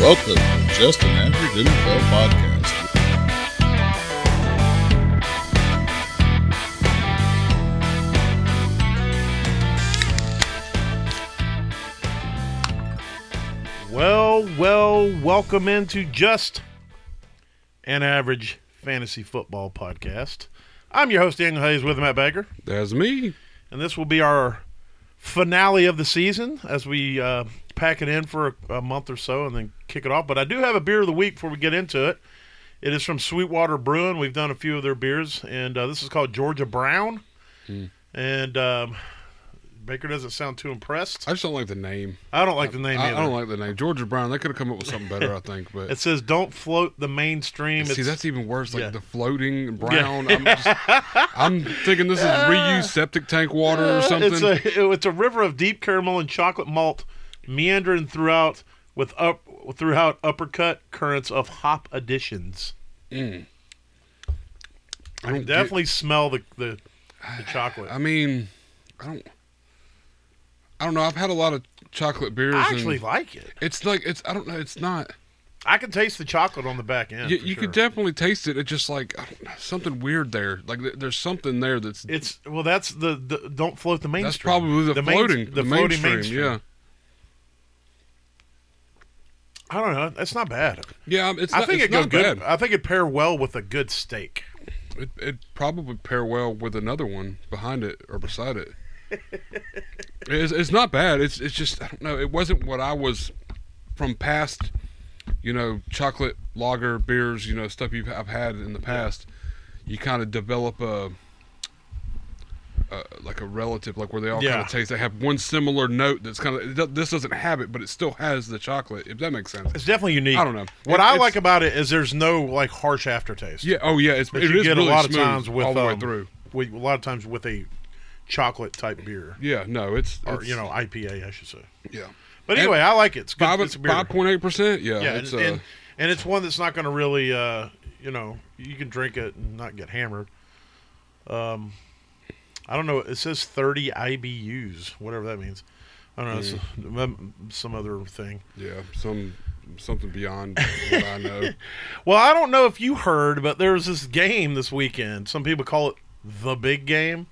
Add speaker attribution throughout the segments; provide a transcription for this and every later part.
Speaker 1: Welcome to Just an Average NFL Podcast.
Speaker 2: Well, well, welcome into just an average fantasy football podcast. I'm your host Daniel Hayes with Matt Baker,
Speaker 1: That's me.
Speaker 2: and this will be our finale of the season as we uh, pack it in for a, a month or so and then kick it off. But I do have a beer of the week before we get into it. It is from Sweetwater Brewing. We've done a few of their beers, and uh, this is called Georgia Brown.
Speaker 3: Hmm.
Speaker 2: And um, Baker doesn't sound too impressed.
Speaker 3: I just don't like the name.
Speaker 2: I don't like the name
Speaker 3: I, I
Speaker 2: either.
Speaker 3: don't like the name. Georgia Brown. They could have come up with something better, I think. But
Speaker 2: it says, "Don't float the mainstream."
Speaker 3: see,
Speaker 2: It's-
Speaker 3: that's even worse. Like
Speaker 2: yeah. Uh,
Speaker 3: the floating brown. I'm, just, I'm thinking this is reused septic tank water or something.
Speaker 2: It's a it's a river of deep caramel and chocolate malt meandering throughout with up throughout uppercut currents of hop additions.
Speaker 3: I don't get-
Speaker 2: Definitely smell the the, the chocolate.
Speaker 3: I mean, I don't. I don't know. I've had a lot of chocolate beers.
Speaker 2: I
Speaker 3: and
Speaker 2: actually like it.
Speaker 3: it's like it's. I don't know. It's not.
Speaker 2: I can taste the chocolate on the back end.
Speaker 3: you
Speaker 2: for
Speaker 3: you
Speaker 2: sure.
Speaker 3: could definitely taste it. It's just like I don't know, something weird there. Like th- there's something there that's
Speaker 2: It's well, that's the, the don't float the mainstream.
Speaker 3: that's probably the,
Speaker 2: main-
Speaker 3: floating the,
Speaker 2: floating
Speaker 3: mainstream. Yeah,
Speaker 2: I don't know. That's not bad.
Speaker 3: yeah. It's
Speaker 2: I
Speaker 3: not,
Speaker 2: think
Speaker 3: it's
Speaker 2: it goes
Speaker 3: not bad.
Speaker 2: good. I think it pair well with a good steak.
Speaker 3: It it probably pair well with another one behind it or beside it. it's, it's not bad. It's it's just I don't know. It wasn't what I was from past, you know, chocolate lager beers, you know, stuff you've I've had in the past. You kind of develop a, a like a relative, like where they all kind
Speaker 2: Yeah.
Speaker 3: of taste. They have one similar note that's kind of it do- this doesn't have it, but it still has the chocolate. If that makes sense.
Speaker 2: It's definitely unique.
Speaker 3: I don't know. It-
Speaker 2: What I
Speaker 3: it's-
Speaker 2: like about it is there's no like harsh aftertaste.
Speaker 3: Yeah. Oh yeah. It's
Speaker 2: that
Speaker 3: it is
Speaker 2: you get
Speaker 3: really
Speaker 2: a lot of
Speaker 3: smooth
Speaker 2: times with
Speaker 3: all the way
Speaker 2: um,
Speaker 3: through.
Speaker 2: With, a lot of times with a chocolate type beer,
Speaker 3: Yeah. No. It's,
Speaker 2: or
Speaker 3: it's-
Speaker 2: you know IPA, I should say.
Speaker 3: Yeah.
Speaker 2: But
Speaker 3: And
Speaker 2: anyway, I like it. It's good.
Speaker 3: Five
Speaker 2: it's a beer.
Speaker 3: five point eight percent. Yeah,
Speaker 2: yeah,
Speaker 3: it's
Speaker 2: and,
Speaker 3: uh,
Speaker 2: and, and it's one that's not going to really, uh, you know, you can drink it and not get hammered. Um, I don't know. It says 30 IBUs, whatever that means. I don't know. It's um, some other thing.
Speaker 3: yeah, some something beyond what I know.
Speaker 2: Well, I don't know if you heard, but there was this game this weekend. Some people call it the big game.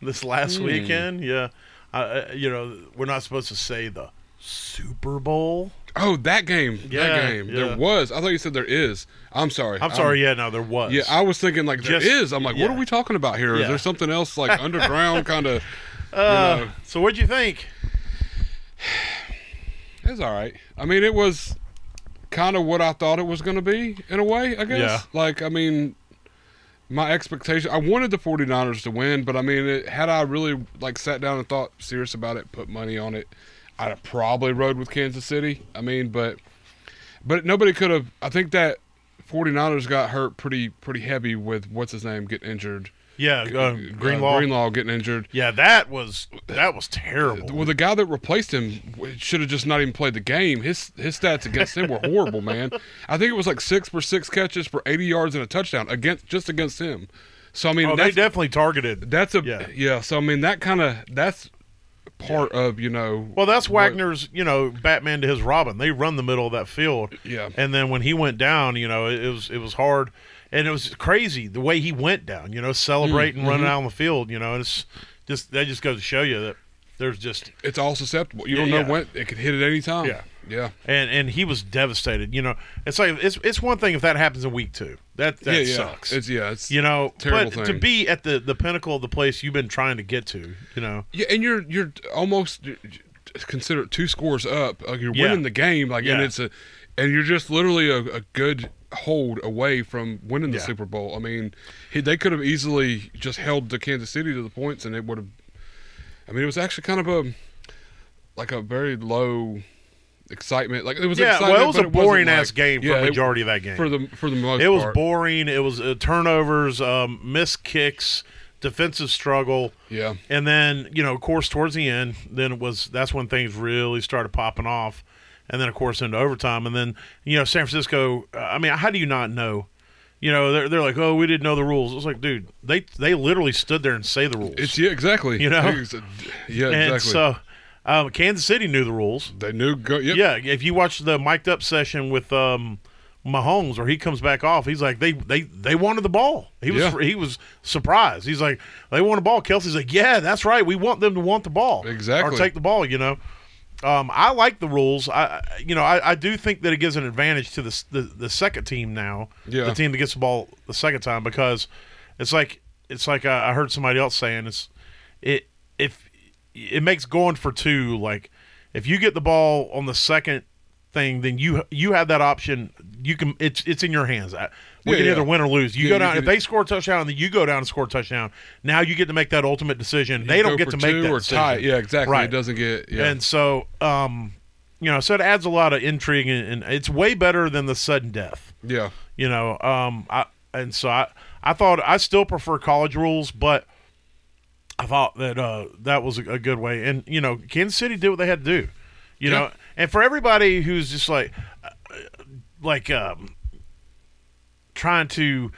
Speaker 2: This last
Speaker 3: Hmm.
Speaker 2: weekend, yeah, uh, you know, we're not supposed to say the Super Bowl.
Speaker 3: Oh, that game,
Speaker 2: Yeah,
Speaker 3: that game.
Speaker 2: yeah.
Speaker 3: There was. I thought you said there is. I'm sorry.
Speaker 2: I'm sorry, yeah, no, there was.
Speaker 3: Yeah, I was thinking like there
Speaker 2: Just-
Speaker 3: is. I'm like, what
Speaker 2: yeah.
Speaker 3: are we talking about here? Is
Speaker 2: Yeah.
Speaker 3: there something else like underground kind of?
Speaker 2: Uh,
Speaker 3: you know,
Speaker 2: So, what'd you think?
Speaker 3: it's all right. I mean, it was kind of what I thought it was going to be in a way. I guess.
Speaker 2: Yeah.
Speaker 3: Like, I mean, my expectation. I wanted the 49ers to win, but I mean, it, had I really like sat down and thought serious about it, put money on it, I'd have probably rode with Kansas City. I mean, but but nobody could have. I think that 49ers got hurt pretty pretty heavy with what's his name getting injured.
Speaker 2: Yeah, uh,
Speaker 3: Uh,
Speaker 2: Greenlaw.
Speaker 3: Greenlaw getting injured.
Speaker 2: Yeah, that was that was terrible.
Speaker 3: Well, the guy that replaced him w- should have just not even played the game. His his stats against him were horrible, man. I think it was like six for six catches for 80 yards and a touchdown against just against him. So I mean,
Speaker 2: Oh, they
Speaker 3: that's,
Speaker 2: definitely targeted.
Speaker 3: that's a
Speaker 2: yeah.
Speaker 3: yeah. So I mean, that kind of that's part of you know.
Speaker 2: well, that's
Speaker 3: what-
Speaker 2: Wagner's, you know, Batman to his Robin. They run the middle of that field.
Speaker 3: Yeah.
Speaker 2: And then when he went down, you know, it, it was it was hard, and it was crazy the way he went down. You know, celebrating,
Speaker 3: Mm,
Speaker 2: running
Speaker 3: mm-hmm.
Speaker 2: out on the field. You know, and it's just that just goes to show you that there's just
Speaker 3: It's all susceptible. You don't know
Speaker 2: Yeah.
Speaker 3: when it could hit at any time.
Speaker 2: Yeah.
Speaker 3: yeah,
Speaker 2: and and he was devastated. You know, it's like it's it's one thing if that happens in week two. That that
Speaker 3: yeah, yeah.
Speaker 2: sucks.
Speaker 3: It's yeah, it's
Speaker 2: you know,
Speaker 3: terrible
Speaker 2: but to
Speaker 3: thing.
Speaker 2: be at the the pinnacle of the place you've been trying to get to. You know.
Speaker 3: Yeah, and you're you're almost considered two scores up. Like you're
Speaker 2: Yeah.
Speaker 3: winning the game, like and
Speaker 2: Yeah.
Speaker 3: it's a, and you're just literally a, a good hold away from winning the
Speaker 2: Yeah.
Speaker 3: Super Bowl. I mean, he, they could have easily just held the Kansas City to the points, and it would have. I mean, it was actually kind of a like a very low excitement. Like it was
Speaker 2: Yeah,
Speaker 3: excitement,
Speaker 2: well, it was
Speaker 3: but
Speaker 2: a
Speaker 3: wasn't
Speaker 2: boring ass
Speaker 3: like-
Speaker 2: game for
Speaker 3: yeah,
Speaker 2: the
Speaker 3: it-
Speaker 2: majority of that game.
Speaker 3: for the for the most
Speaker 2: it was
Speaker 3: part.
Speaker 2: boring. It was uh, turnovers, um, missed kicks, defensive struggle.
Speaker 3: Yeah.
Speaker 2: And then, you know, of course, towards the end, then it was that's when things really started popping off. And then, of course, into overtime. And then, you know, San Francisco. uh, I mean, how do you not know? You know, they're, they're like, oh, we didn't know the rules. It's like, dude, they they literally stood there and say the rules.
Speaker 3: It's yeah, exactly.
Speaker 2: You know?
Speaker 3: It's- yeah,
Speaker 2: and
Speaker 3: exactly.
Speaker 2: so, Um, Kansas City knew the rules.
Speaker 3: They knew. Go, yep.
Speaker 2: Yeah, if you watch the mic'd up session with um, Mahomes, where he comes back off, he's like, they they they wanted the ball. He was
Speaker 3: Yeah.
Speaker 2: he was surprised. He's like, they want the ball. Kelsey's like, yeah, that's right. We want them to want the ball
Speaker 3: Exactly.
Speaker 2: or take the ball. You know, um, I like the rules. I I- you know I, I do think that it gives an advantage to the s- the, the second team now.
Speaker 3: Yeah.
Speaker 2: the team that gets the ball the second time because it's like it's like I, I heard somebody else saying it's it if it makes going for two like if you get the ball on the second thing then you you have that option you can it's it's in your hands I- we
Speaker 3: Yeah,
Speaker 2: can
Speaker 3: yeah.
Speaker 2: either win or lose you
Speaker 3: Yeah,
Speaker 2: go
Speaker 3: you
Speaker 2: down
Speaker 3: can-
Speaker 2: if they score a touchdown and then you go down and score a touchdown now you get to make that ultimate decision they
Speaker 3: You
Speaker 2: don't
Speaker 3: go
Speaker 2: get
Speaker 3: for
Speaker 2: to make
Speaker 3: two
Speaker 2: that
Speaker 3: or
Speaker 2: decision.
Speaker 3: tie. Yeah, exactly.
Speaker 2: Right.
Speaker 3: It doesn't get. Yeah.
Speaker 2: and so um you know so it adds a lot of intrigue and, and it's way better than the sudden death
Speaker 3: yeah.
Speaker 2: you know um i and so i i thought i still prefer college rules but i thought that uh that was a, a good way and you know kansas city did what they had to do
Speaker 3: Yeah.
Speaker 2: you know and for everybody who's just like uh, like um trying to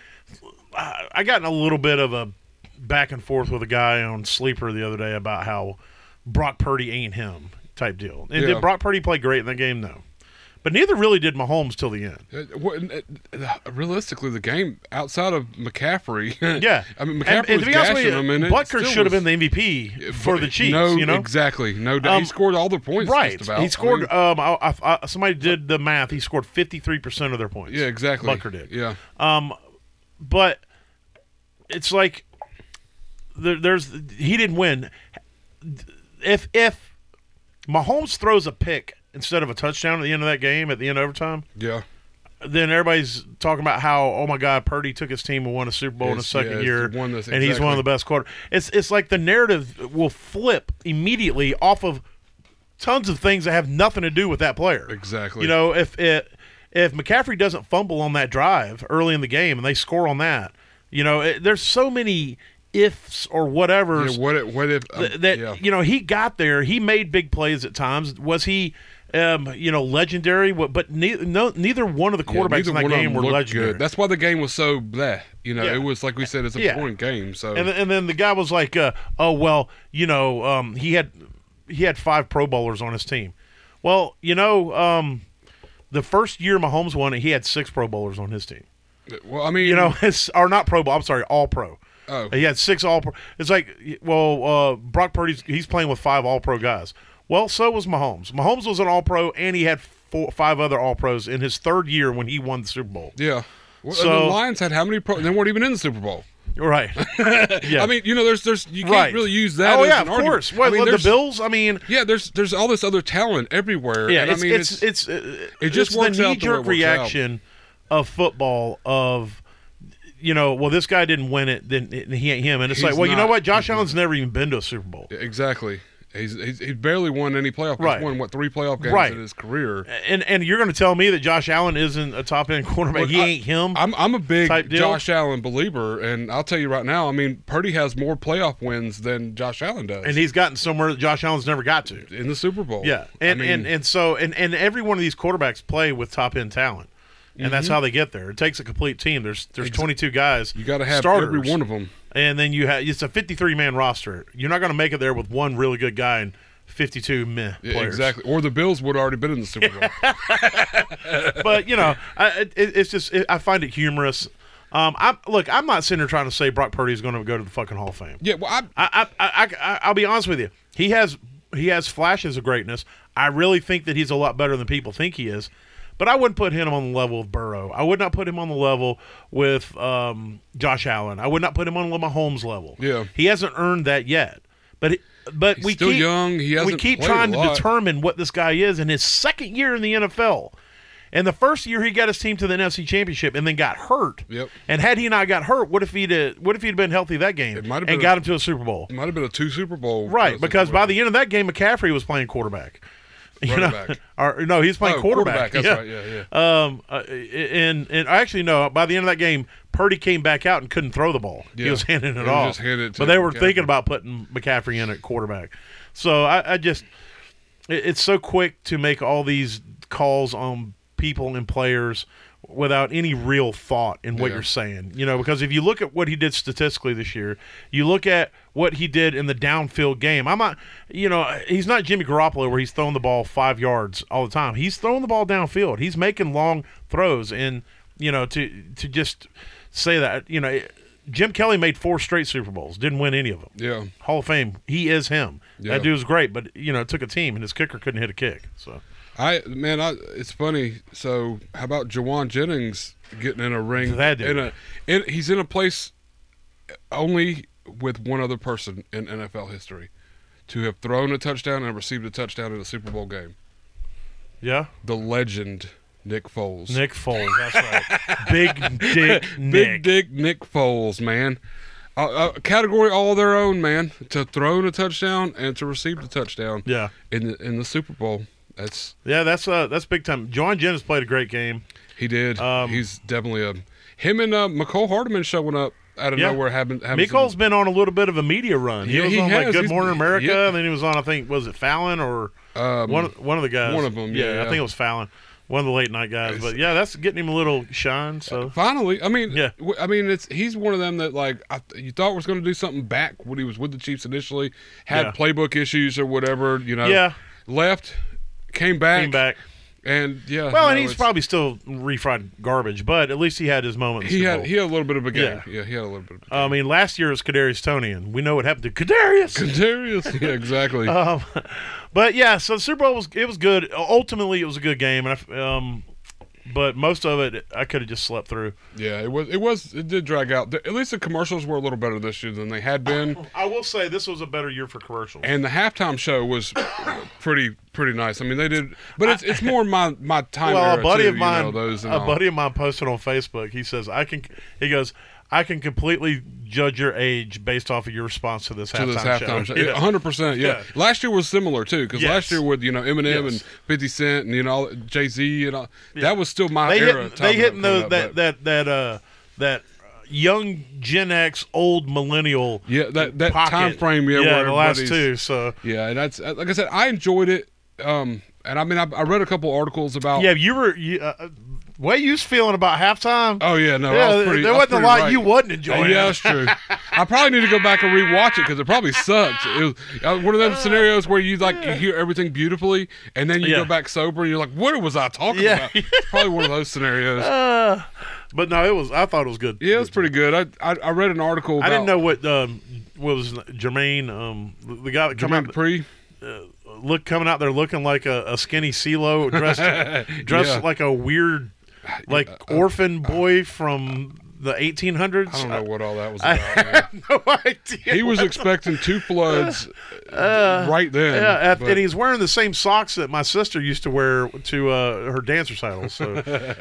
Speaker 2: I, I got in a little bit of a back and forth with a guy on sleeper the other day about how brock purdy ain't him type deal and
Speaker 3: Yeah.
Speaker 2: did brock purdy play great in that game no but neither really did mahomes till the end
Speaker 3: It- Uh, what- it- it- realistically, the game outside of McCaffrey.
Speaker 2: Yeah,
Speaker 3: I mean,
Speaker 2: And-
Speaker 3: McCaffrey was
Speaker 2: and to be honest with
Speaker 3: gashing
Speaker 2: you,
Speaker 3: him, and it
Speaker 2: Butker
Speaker 3: still
Speaker 2: should have
Speaker 3: was-
Speaker 2: been the MVP for the Chiefs.
Speaker 3: No,
Speaker 2: you know,
Speaker 3: exactly. No doubt.
Speaker 2: Um,
Speaker 3: he scored all their points.
Speaker 2: right?
Speaker 3: Just about.
Speaker 2: He scored.
Speaker 3: I mean,
Speaker 2: um, I, I, I, somebody did the math. He scored fifty three percent of their points.
Speaker 3: yeah, exactly.
Speaker 2: Butker did.
Speaker 3: Yeah.
Speaker 2: Um, but it's like there, there's he didn't win. If if Mahomes throws a pick instead of a touchdown at the end of that game at the end of overtime,
Speaker 3: Yeah.
Speaker 2: then everybody's talking about how oh my god Purdy took his team and won a Super Bowl in his
Speaker 3: Yes, yeah,
Speaker 2: second
Speaker 3: it's
Speaker 2: year
Speaker 3: the one that's-
Speaker 2: and he's one of the best quarter. It's it's like the narrative will flip immediately off of tons of things that have nothing to do with that player.
Speaker 3: Exactly.
Speaker 2: You know if it if McCaffrey doesn't fumble on that drive early in the game and they score on that, you know it, there's so many ifs or whatever
Speaker 3: Yeah, what if? What if? um,
Speaker 2: th- that
Speaker 3: yeah.
Speaker 2: you know he got there. He made big plays at times. Was he, um, you know, legendary? What- But ne- no, neither one of the
Speaker 3: Yeah,
Speaker 2: quarterbacks
Speaker 3: neither
Speaker 2: in that
Speaker 3: one of
Speaker 2: game
Speaker 3: them
Speaker 2: were
Speaker 3: looked
Speaker 2: legendary.
Speaker 3: Good. That's why the game was so bleh. You know,
Speaker 2: Yeah.
Speaker 3: it was like we said, it's a
Speaker 2: Yeah.
Speaker 3: boring game. So
Speaker 2: and then, and then the guy was like, uh, "Oh well, you know, um, he had he had five Pro Bowlers on his team. Well, you know, um, the first year Mahomes won it, he had six Pro Bowlers on his team.
Speaker 3: well, I mean,
Speaker 2: You know, it's or not Pro Bowl. I'm sorry, All Pro."
Speaker 3: Oh.
Speaker 2: He had six all pro. It's like, well, uh, Brock Purdy's he's playing with five all pro guys. Well, so was Mahomes. Mahomes was an all pro, and he had four, five other all pros in his third year when he won the Super Bowl.
Speaker 3: yeah. Well, and
Speaker 2: So-
Speaker 3: the Lions had how many? Pro- they weren't even in the Super Bowl.
Speaker 2: Right. yeah.
Speaker 3: I mean, you know, there's, there's, you can't
Speaker 2: right.
Speaker 3: really use that.
Speaker 2: Oh
Speaker 3: as
Speaker 2: yeah,
Speaker 3: an
Speaker 2: of
Speaker 3: argument.
Speaker 2: course. Well,
Speaker 3: I mean,
Speaker 2: the
Speaker 3: there's-
Speaker 2: Bills. I mean,
Speaker 3: Yeah, there's, there's all this other talent everywhere.
Speaker 2: Yeah,
Speaker 3: and
Speaker 2: it's,
Speaker 3: I mean,
Speaker 2: it's, it's, uh,
Speaker 3: it just
Speaker 2: it's
Speaker 3: works out the
Speaker 2: the
Speaker 3: way it
Speaker 2: knee jerk
Speaker 3: works out.
Speaker 2: reaction of football of you know well this guy didn't win it then it- he ain't him and it's
Speaker 3: He's
Speaker 2: like well you know
Speaker 3: not.
Speaker 2: what Josh Allen's never even been to a Super Bowl
Speaker 3: exactly. He's, he's he barely won any playoff. games.
Speaker 2: Right.
Speaker 3: He's won what three playoff games
Speaker 2: Right.
Speaker 3: in his career.
Speaker 2: and and you're going to tell me that Josh Allen isn't a top end quarterback
Speaker 3: Look,
Speaker 2: he
Speaker 3: I-
Speaker 2: ain't him
Speaker 3: I'm I'm a big
Speaker 2: type deal?
Speaker 3: Josh Allen believer, and I'll tell you right now. I mean, Purdy has more playoff wins than Josh Allen does
Speaker 2: and he's gotten somewhere that Josh Allen's never got to
Speaker 3: in the Super Bowl.
Speaker 2: yeah
Speaker 3: I
Speaker 2: and
Speaker 3: mean,
Speaker 2: and and so and and every one of these quarterbacks play with top end talent and that's how they get there it takes a complete team there's there's 22 guys
Speaker 3: Mm-hmm. you got to have
Speaker 2: starters.
Speaker 3: every one of them.
Speaker 2: and then you have it's a 53 man roster. You're not going to make it there with one really good guy and 52 meh
Speaker 3: Yeah,
Speaker 2: players.
Speaker 3: Exactly. Or the Bills would have already been in the Super Bowl.
Speaker 2: But you know, I, it, it's just it, I find it humorous. Um, I look, I'm not sitting here trying to say Brock Purdy is going to go to the fucking Hall of Fame.
Speaker 3: yeah. Well, I,
Speaker 2: I, I, I, I, I'll be honest with you. He has he has flashes of greatness. I really think that he's a lot better than people think he is. But I wouldn't put him on the level of Burrow. I would not put him on the level with um, Josh Allen. I would not put him on Mahomes level.
Speaker 3: Yeah.
Speaker 2: he hasn't earned that yet. But he, but we
Speaker 3: still
Speaker 2: keep
Speaker 3: young. He
Speaker 2: we
Speaker 3: hasn't
Speaker 2: keep
Speaker 3: played a
Speaker 2: trying to
Speaker 3: lot.
Speaker 2: determine what this guy is in his second year in the NFL. And the first year he got his team to the NFC Championship and then got hurt.
Speaker 3: Yep.
Speaker 2: And had he not got hurt, what if he'd uh, what if he'd been healthy that game
Speaker 3: It might have
Speaker 2: and
Speaker 3: been a-
Speaker 2: got him to a Super Bowl?
Speaker 3: might have been a two Super Bowl.
Speaker 2: Right, because by the end of that game, McCaffrey was playing quarterback. You
Speaker 3: Running
Speaker 2: know,
Speaker 3: back.
Speaker 2: or no, he's playing
Speaker 3: Oh,
Speaker 2: quarterback.
Speaker 3: quarterback, that's right, yeah,
Speaker 2: Um, uh, and and actually, no. By the end of that game, Purdy came back out and couldn't throw the ball. He
Speaker 3: Yeah.
Speaker 2: was handing it
Speaker 3: He
Speaker 2: off.
Speaker 3: just handed it to
Speaker 2: but they were
Speaker 3: McCaffrey.
Speaker 2: thinking about putting McCaffrey in at quarterback. So I, I just, it, it's so quick to make all these calls on people and players without any real thought in what
Speaker 3: Yeah.
Speaker 2: you're saying. You know, because if you look at what he did statistically this year, you look at what he did in the downfield game. I'm not, you know, he's not Jimmy Garoppolo where he's throwing the ball five yards all the time. He's throwing the ball downfield. He's making long throws, and you know, to to just say that, you know, Jim Kelly made four straight Super Bowls, didn't win any of them.
Speaker 3: Yeah.
Speaker 2: Hall of Fame, he is him.
Speaker 3: Yeah.
Speaker 2: That dude was great, but you know, it took a team, and his kicker couldn't hit a kick. So
Speaker 3: I man, I, it's funny. So how about Jawan Jennings getting in a ring?
Speaker 2: That dude.
Speaker 3: in a, in, he's in a place only with one other person in NFL history to have thrown a touchdown and received a touchdown in a Super Bowl game.
Speaker 2: yeah,
Speaker 3: The legend Nick Foles.
Speaker 2: Nick Foles, that's right, big dick Nick.
Speaker 3: Big Dick Nick Foles, man. A, a category all their own, man. To throw a touchdown and to receive the touchdown
Speaker 2: Yeah,
Speaker 3: in the in the Super Bowl. That's
Speaker 2: yeah, that's uh, that's big time. John Jennings played a great game.
Speaker 3: He did.
Speaker 2: Um,
Speaker 3: He's definitely a him and uh, McCole Hardeman showing up out of
Speaker 2: Yeah.
Speaker 3: nowhere. Happened. happened
Speaker 2: Mikol's been on a little bit of a media run. He
Speaker 3: Yeah,
Speaker 2: was
Speaker 3: he
Speaker 2: on like
Speaker 3: has.
Speaker 2: Good
Speaker 3: He's-
Speaker 2: Morning America,
Speaker 3: yeah.
Speaker 2: and then he was on I think was it Fallon or
Speaker 3: um,
Speaker 2: one of, one of the guys.
Speaker 3: one of 'em, yeah,
Speaker 2: I
Speaker 3: yeah.
Speaker 2: think it was Fallon, one of the late night guys. But yeah, that's getting him a little shine. So
Speaker 3: Finally, I mean,
Speaker 2: Yeah.
Speaker 3: w- I mean, it's he's one of them that like I, th- you thought was going to do something back when he was with the Chiefs initially, had
Speaker 2: Yeah.
Speaker 3: playbook issues or whatever, you know.
Speaker 2: Yeah.
Speaker 3: Left, came back,
Speaker 2: came back.
Speaker 3: and yeah.
Speaker 2: Well,
Speaker 3: no,
Speaker 2: and he's
Speaker 3: Uh, it's-
Speaker 2: probably still refried garbage, but at least he had his moment. in the
Speaker 3: he
Speaker 2: Super
Speaker 3: had
Speaker 2: Bowl.
Speaker 3: he had a little bit of a game.
Speaker 2: Yeah.
Speaker 3: Yeah, he had a little bit of a
Speaker 2: I mean, last year it was Kadarius Tony, and we know what happened to Kadarius.
Speaker 3: Kadarius. yeah, exactly.
Speaker 2: um, but yeah, so the Super Bowl was it was good. Ultimately, it was a good game, and I f um, but most of it I could have just slept through.
Speaker 3: yeah, it was it was it did drag out. The- At least the commercials were a little better this year than they had been.
Speaker 2: I will say this was a better year for commercials.
Speaker 3: and the halftime show was pretty pretty nice. I mean, they did, but it's it's more my my time.
Speaker 2: well, a
Speaker 3: era,
Speaker 2: buddy
Speaker 3: too,
Speaker 2: of
Speaker 3: you
Speaker 2: mine,
Speaker 3: know, those and
Speaker 2: a
Speaker 3: all.
Speaker 2: buddy of mine posted on Facebook. He says, "I can," he goes, "I can completely judge your age based off of your response to this
Speaker 3: to
Speaker 2: halftime
Speaker 3: this halftime
Speaker 2: show."
Speaker 3: show, one hundred percent. Yeah,
Speaker 2: Yeah.
Speaker 3: last year was similar too, because
Speaker 2: Yes.
Speaker 3: last year with you know Eminem
Speaker 2: Yes.
Speaker 3: and Fifty Cent and you know Jay Z and all,
Speaker 2: Yeah.
Speaker 3: that was still my
Speaker 2: they
Speaker 3: era.
Speaker 2: hit they
Speaker 3: time
Speaker 2: hitting
Speaker 3: coming
Speaker 2: those
Speaker 3: up,
Speaker 2: that,
Speaker 3: but-
Speaker 2: that that uh that uh, young Gen X old millennial
Speaker 3: yeah that that
Speaker 2: pocket.
Speaker 3: time frame yeah, where
Speaker 2: the last
Speaker 3: everybody's-
Speaker 2: two so
Speaker 3: yeah and that's uh, like I said I enjoyed it um and I mean I, I read a couple articles about
Speaker 2: yeah you were you, uh, way you was feeling about halftime
Speaker 3: oh yeah no I
Speaker 2: yeah,
Speaker 3: was pretty,
Speaker 2: there
Speaker 3: I was
Speaker 2: wasn't a
Speaker 3: pretty
Speaker 2: lot
Speaker 3: right.
Speaker 2: you wasn't enjoying
Speaker 3: Oh, Yeah, that's true. I probably need to go back and rewatch it because it probably sucked. It was uh, one of those scenarios where you like you hear everything beautifully, and then you
Speaker 2: Yeah.
Speaker 3: go back sober and you're like, "What was I talking
Speaker 2: Yeah.
Speaker 3: about?" It's probably one of those scenarios.
Speaker 2: Uh, but no it was I thought it was good
Speaker 3: Yeah, it was pretty good. I I, I read an article. About
Speaker 2: I didn't know what um what was Jermaine um the- the guy that come
Speaker 3: Jermaine
Speaker 2: out
Speaker 3: Dupree.
Speaker 2: look coming out there looking like a, a skinny CeeLo dressed dressed
Speaker 3: Yeah. uh,
Speaker 2: like a weird like orphan boy from the 1800s
Speaker 3: I don't know what all that was
Speaker 2: I
Speaker 3: about. man.
Speaker 2: have no idea.
Speaker 3: he was
Speaker 2: what-
Speaker 3: expecting two floods
Speaker 2: Uh,
Speaker 3: right then.
Speaker 2: yeah, and-
Speaker 3: but-
Speaker 2: and he's wearing the same socks that my sister used to wear to uh, her dance recitals. So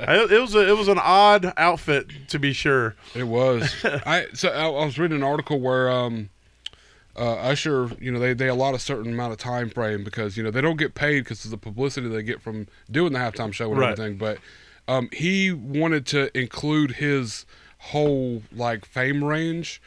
Speaker 2: I- it was a, it was an odd outfit to be sure.
Speaker 3: It was. I so I, I was reading an article where um, uh, Usher, you know, they they allot a certain amount of time frame because you know they don't get paid because of the publicity they get from doing the halftime show and
Speaker 2: Right.
Speaker 3: everything. But um, he wanted to include his whole like fame range,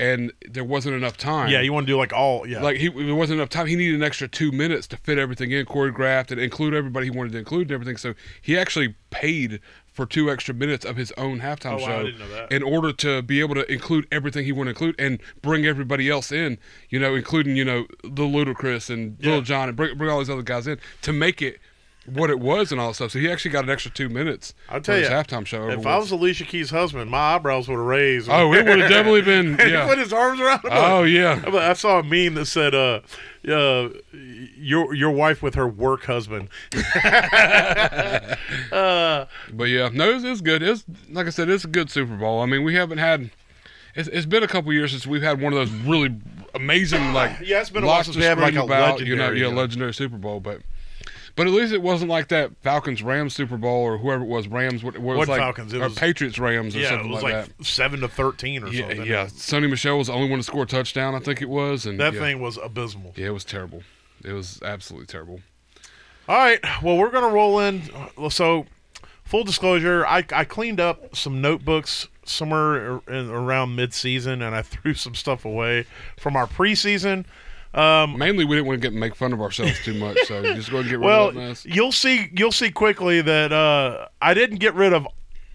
Speaker 3: and there wasn't enough time.
Speaker 2: Yeah, you want to do like all yeah.
Speaker 3: Like he there wasn't enough time. He needed an extra two minutes to fit everything in, choreographed and include everybody he wanted to include and everything. So he actually paid for two extra minutes of his own halftime
Speaker 2: Oh, wow, I
Speaker 3: show
Speaker 2: didn't know that.
Speaker 3: in order to be able to include everything he wanted to include and bring everybody else in. You know, including you know the Ludacris and
Speaker 2: Yeah.
Speaker 3: Lil Jon and bring, bring all these other guys in to make it what it was and all that stuff. So he actually got an extra two minutes.
Speaker 2: I'll tell
Speaker 3: for
Speaker 2: you,
Speaker 3: his halftime show.
Speaker 2: if
Speaker 3: over
Speaker 2: I
Speaker 3: with.
Speaker 2: was Alicia Keys' husband, my eyebrows would have raised.
Speaker 3: oh, it would have definitely been
Speaker 2: he put
Speaker 3: yeah.
Speaker 2: his arms around him.
Speaker 3: Oh yeah.
Speaker 2: But I saw a meme that said, uh, uh, "Your your wife with her work husband." uh,
Speaker 3: But yeah, no, it's, it's good. It's like I said, it's a good Super Bowl. I mean, we haven't had. It's, it's been a couple years since we've had one of those really amazing like.
Speaker 2: Yeah, it's been a while
Speaker 3: lots
Speaker 2: since
Speaker 3: to
Speaker 2: we had, like,
Speaker 3: scream
Speaker 2: a
Speaker 3: you know,
Speaker 2: legendary, uh,
Speaker 3: yeah,
Speaker 2: yeah.
Speaker 3: legendary Super Bowl, but. But at least it wasn't like that Falcons Rams Super Bowl or whoever it was Rams what it was
Speaker 2: What
Speaker 3: like
Speaker 2: Falcons? It
Speaker 3: or
Speaker 2: was-
Speaker 3: Patriots Rams or
Speaker 2: yeah, it
Speaker 3: something
Speaker 2: was
Speaker 3: like,
Speaker 2: like, seven to thirteen or
Speaker 3: that. Yeah,
Speaker 2: something.
Speaker 3: yeah. Sonny Michelle was the only one to score a touchdown, I think it was, and
Speaker 2: That
Speaker 3: yeah.
Speaker 2: thing was abysmal.
Speaker 3: Yeah, it was terrible. It was absolutely terrible.
Speaker 2: All right. Well, we're going to roll in. So, full disclosure, I, I cleaned up some notebooks somewhere ar- in, around midseason and I threw some stuff away from our preseason. Um,
Speaker 3: Mainly, we didn't want to get make fun of ourselves too much, so just go and get rid
Speaker 2: well,
Speaker 3: of that mess.
Speaker 2: you'll see you'll see quickly that uh, I didn't get rid of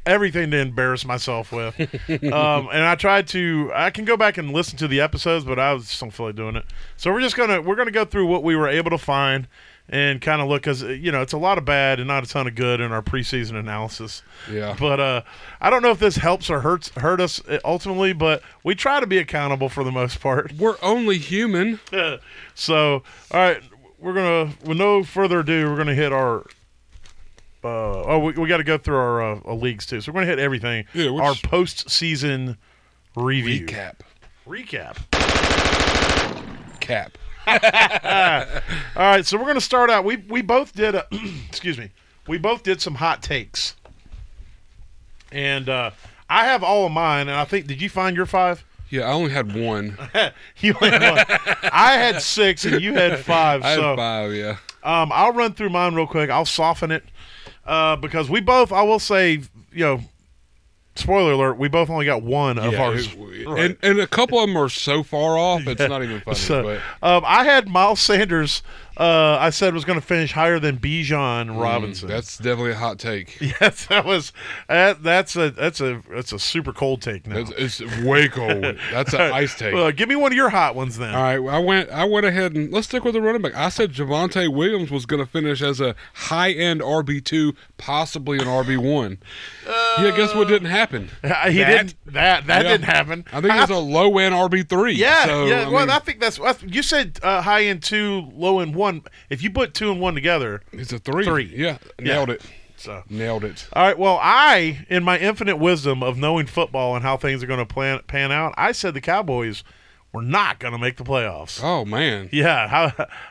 Speaker 2: everything to embarrass myself with. um, and I tried to. I can go back and listen to the episodes, but I was just don't feel like doing it. So we're just gonna we're gonna go through what we were able to find and kind of look because you know it's a lot of bad and not a ton of good in our preseason analysis.
Speaker 3: Yeah.
Speaker 2: But uh, I don't know if this helps or hurts hurt us uh, ultimately, but we try to be accountable for the most part.
Speaker 3: We're only human.
Speaker 2: So, all right, we're gonna with no further ado, we're gonna hit our. Uh, oh, we, we got to go through our, uh, uh, leagues too, so we're gonna hit everything.
Speaker 3: Yeah, we're
Speaker 2: our
Speaker 3: just-
Speaker 2: postseason review
Speaker 3: Recap.
Speaker 2: recap.
Speaker 3: Cap.
Speaker 2: All right, so we're gonna start out. We we both did. A, excuse me. We both did some hot takes, and uh, I have all of mine. And I think did you find your five?
Speaker 3: Yeah, I only had one.
Speaker 2: You had one. I had six, and you had five.
Speaker 3: I had
Speaker 2: so
Speaker 3: five. Yeah.
Speaker 2: Um, I'll run through mine real quick. I'll soften it uh, because we both, I will say, you know, spoiler alert, we both only got one of
Speaker 3: Yeah,
Speaker 2: ours.
Speaker 3: it-
Speaker 2: right.
Speaker 3: and, and a couple of them are so far off, it's not even funny.
Speaker 2: So,
Speaker 3: but
Speaker 2: um, I had Miles Sanders. Uh, I said was going to finish higher than Bijan Robinson.
Speaker 3: Mm, that's definitely a hot take.
Speaker 2: yes, that was that, that's a that's a that's a super cold take now.
Speaker 3: It's, it's way cold. That's an ice take. Uh,
Speaker 2: Well, give me one of your hot ones then.
Speaker 3: All right, well, I went. I went ahead and let's stick with the running back. I said Javante Williams was going to finish as a high-end RB two, possibly an RB one. yeah, guess what didn't happen?
Speaker 2: he
Speaker 3: That-
Speaker 2: didn't. That that
Speaker 3: Yeah.
Speaker 2: didn't happen.
Speaker 3: I think it was a low-end RB three.
Speaker 2: Yeah,
Speaker 3: so,
Speaker 2: yeah.
Speaker 3: I
Speaker 2: well,
Speaker 3: mean,
Speaker 2: I think that's I th- you said uh, high end two, low end one. If you put two and one together,
Speaker 3: it's a three.
Speaker 2: three.
Speaker 3: Yeah, nailed it.
Speaker 2: so
Speaker 3: Nailed it.
Speaker 2: all right. Well, I, in my infinite wisdom of knowing football and how things are going to plan pan out, I said the Cowboys were not going to make the playoffs.
Speaker 3: Oh man,
Speaker 2: Yeah, how,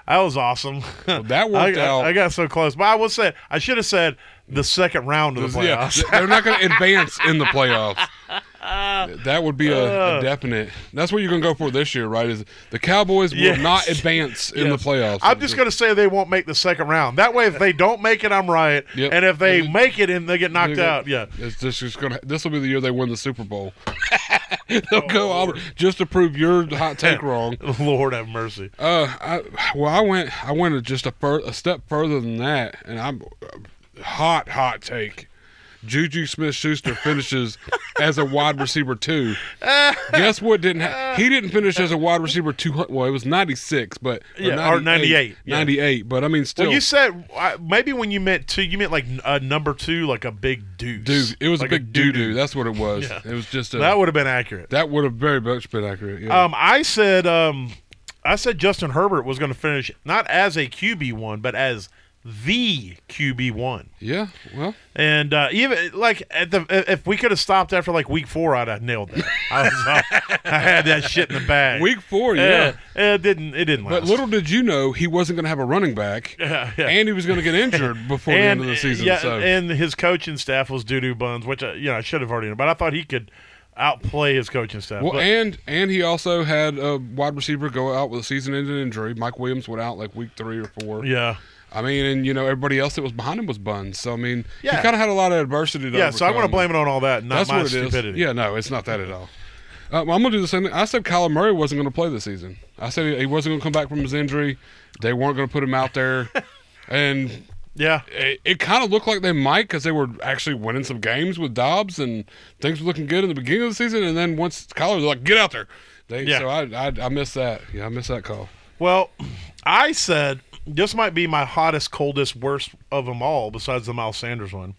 Speaker 2: that was awesome.
Speaker 3: that worked
Speaker 2: I, I-
Speaker 3: out.
Speaker 2: I, got so close, but I will say I should have said the second round of the
Speaker 3: Yeah,
Speaker 2: playoffs.
Speaker 3: they're not going to advance in the playoffs. That would be a, a definite. That's what you're going to go for this year, right? Is the Cowboys will
Speaker 2: Yes.
Speaker 3: not advance in the playoffs.
Speaker 2: I'm just going to say they won't make the second round. That way, if they don't make it, I'm right.
Speaker 3: Yep.
Speaker 2: And if they make it and they get
Speaker 3: They're
Speaker 2: knocked
Speaker 3: gonna-
Speaker 2: out, yeah.
Speaker 3: It's just, it's gonna. This will be the year they win the Super Bowl. They'll go all, just to prove your hot take wrong.
Speaker 2: Lord have mercy.
Speaker 3: Uh, I, well, I went. I went just a, fur, a step further than that, and I'm hot, hot take. Juju Smith-Schuster finishes as a wide receiver two. Guess what? Didn't ha-
Speaker 2: Uh,
Speaker 3: he didn't finish as a wide receiver two? hun- Well, it was ninety six, but
Speaker 2: Yeah, or 98, yeah.
Speaker 3: ninety eight. But I mean, still,
Speaker 2: Well, you said uh, maybe when you meant two, you meant like n- a number two, like a big deuce.
Speaker 3: dude, it was
Speaker 2: Like
Speaker 3: a big doo doo.
Speaker 2: doo-doo.
Speaker 3: That's what it was.
Speaker 2: Yeah.
Speaker 3: It was just a,
Speaker 2: That would have been accurate.
Speaker 3: That would have very much been accurate. Yeah.
Speaker 2: Um, I said, um, I said Justin Herbert was going to finish not as a QB one, but as the QB one.
Speaker 3: yeah. Well,
Speaker 2: And uh, even like at the if we could have stopped after like week four, I'd have nailed that. I, was, I, had that shit in the bag.
Speaker 3: week four. Yeah.
Speaker 2: Eh, it didn't. It didn't last.
Speaker 3: But little did you know he wasn't going to have a running back,
Speaker 2: Yeah, yeah.
Speaker 3: and he was going to get injured before the end of the season.
Speaker 2: Yeah,
Speaker 3: so
Speaker 2: and his coaching staff was doo doo buns, which I, you know I should have already known, but I thought he could outplay his coaching staff.
Speaker 3: well,
Speaker 2: But-
Speaker 3: and and he also had a wide receiver go out with a season-ending injury. Mike Williams went out like week three or four.
Speaker 2: yeah,
Speaker 3: I mean, and you know everybody else that was behind him was buns. So I mean,
Speaker 2: Yeah.
Speaker 3: he kind of had a lot of adversity. To
Speaker 2: yeah. So I want to
Speaker 3: overcome.
Speaker 2: blame it on all that, not
Speaker 3: That's
Speaker 2: my
Speaker 3: what it is.
Speaker 2: stupidity.
Speaker 3: Yeah, no, it's not that at all. Uh, well, I'm gonna do the same thing. I said Kyler Murray wasn't gonna play this season. I said he- he wasn't gonna come back from his injury. They weren't gonna put him out there, and
Speaker 2: yeah.
Speaker 3: it, it kind of looked like they might because they were actually winning some games with Dobbs and things were looking good in the beginning of the season. And then once Kyler was like, "Get out there," they
Speaker 2: Yeah.
Speaker 3: so I, I I missed that. Yeah, I missed that call.
Speaker 2: Well, I said this might be my hottest, coldest, worst of them all, besides the Miles Sanders one.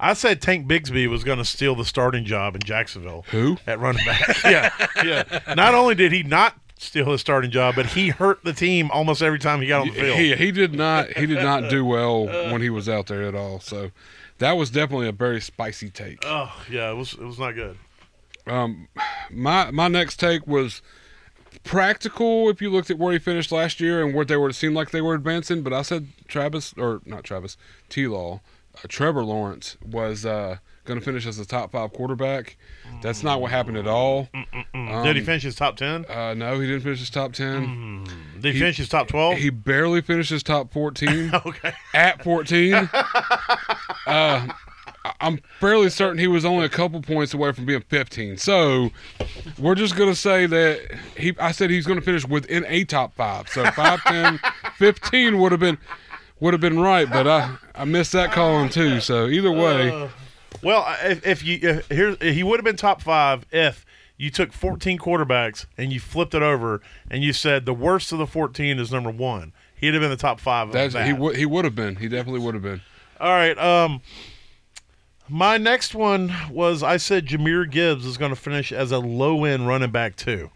Speaker 2: I said Tank Bigsby was going to steal the starting job in Jacksonville.
Speaker 3: Who?
Speaker 2: At running back. yeah, yeah. Not only did he not steal his starting job, but he hurt the team almost every time he got on the field.
Speaker 3: He he did not he did not do well when he was out there at all. So that was definitely a very spicy take.
Speaker 2: oh, yeah. It was it was not good.
Speaker 3: my my next take was practical if you looked at where he finished last year and what they were it seemed like they were advancing but i said travis or not travis t-law uh, trevor lawrence was uh going to finish as a top five quarterback that's not what happened at all
Speaker 2: did he finish his top ten?
Speaker 3: uh no he didn't finish his top 10
Speaker 2: Did he, finish his top twelve?
Speaker 3: he barely finished his top 14
Speaker 2: okay.
Speaker 3: at 14. uh, I- I'm fairly certain he was only a couple points away from being 15. So we're just going to say that he. I said he's going to finish within a top five. So 5, 10, 15 would have been would have been right, but I I missed that call on too. So either way,
Speaker 2: Well, I- if, if you if, here, he would have been top five if you took 14 quarterbacks and you flipped it over and you said the worst of the 14 is number one. He'd have been the top five. Of
Speaker 3: That's
Speaker 2: that.
Speaker 3: he would he would have been. He definitely would have been.
Speaker 2: All right. Um, my next one was I said Jameer Gibbs is going to finish as a low end running back too.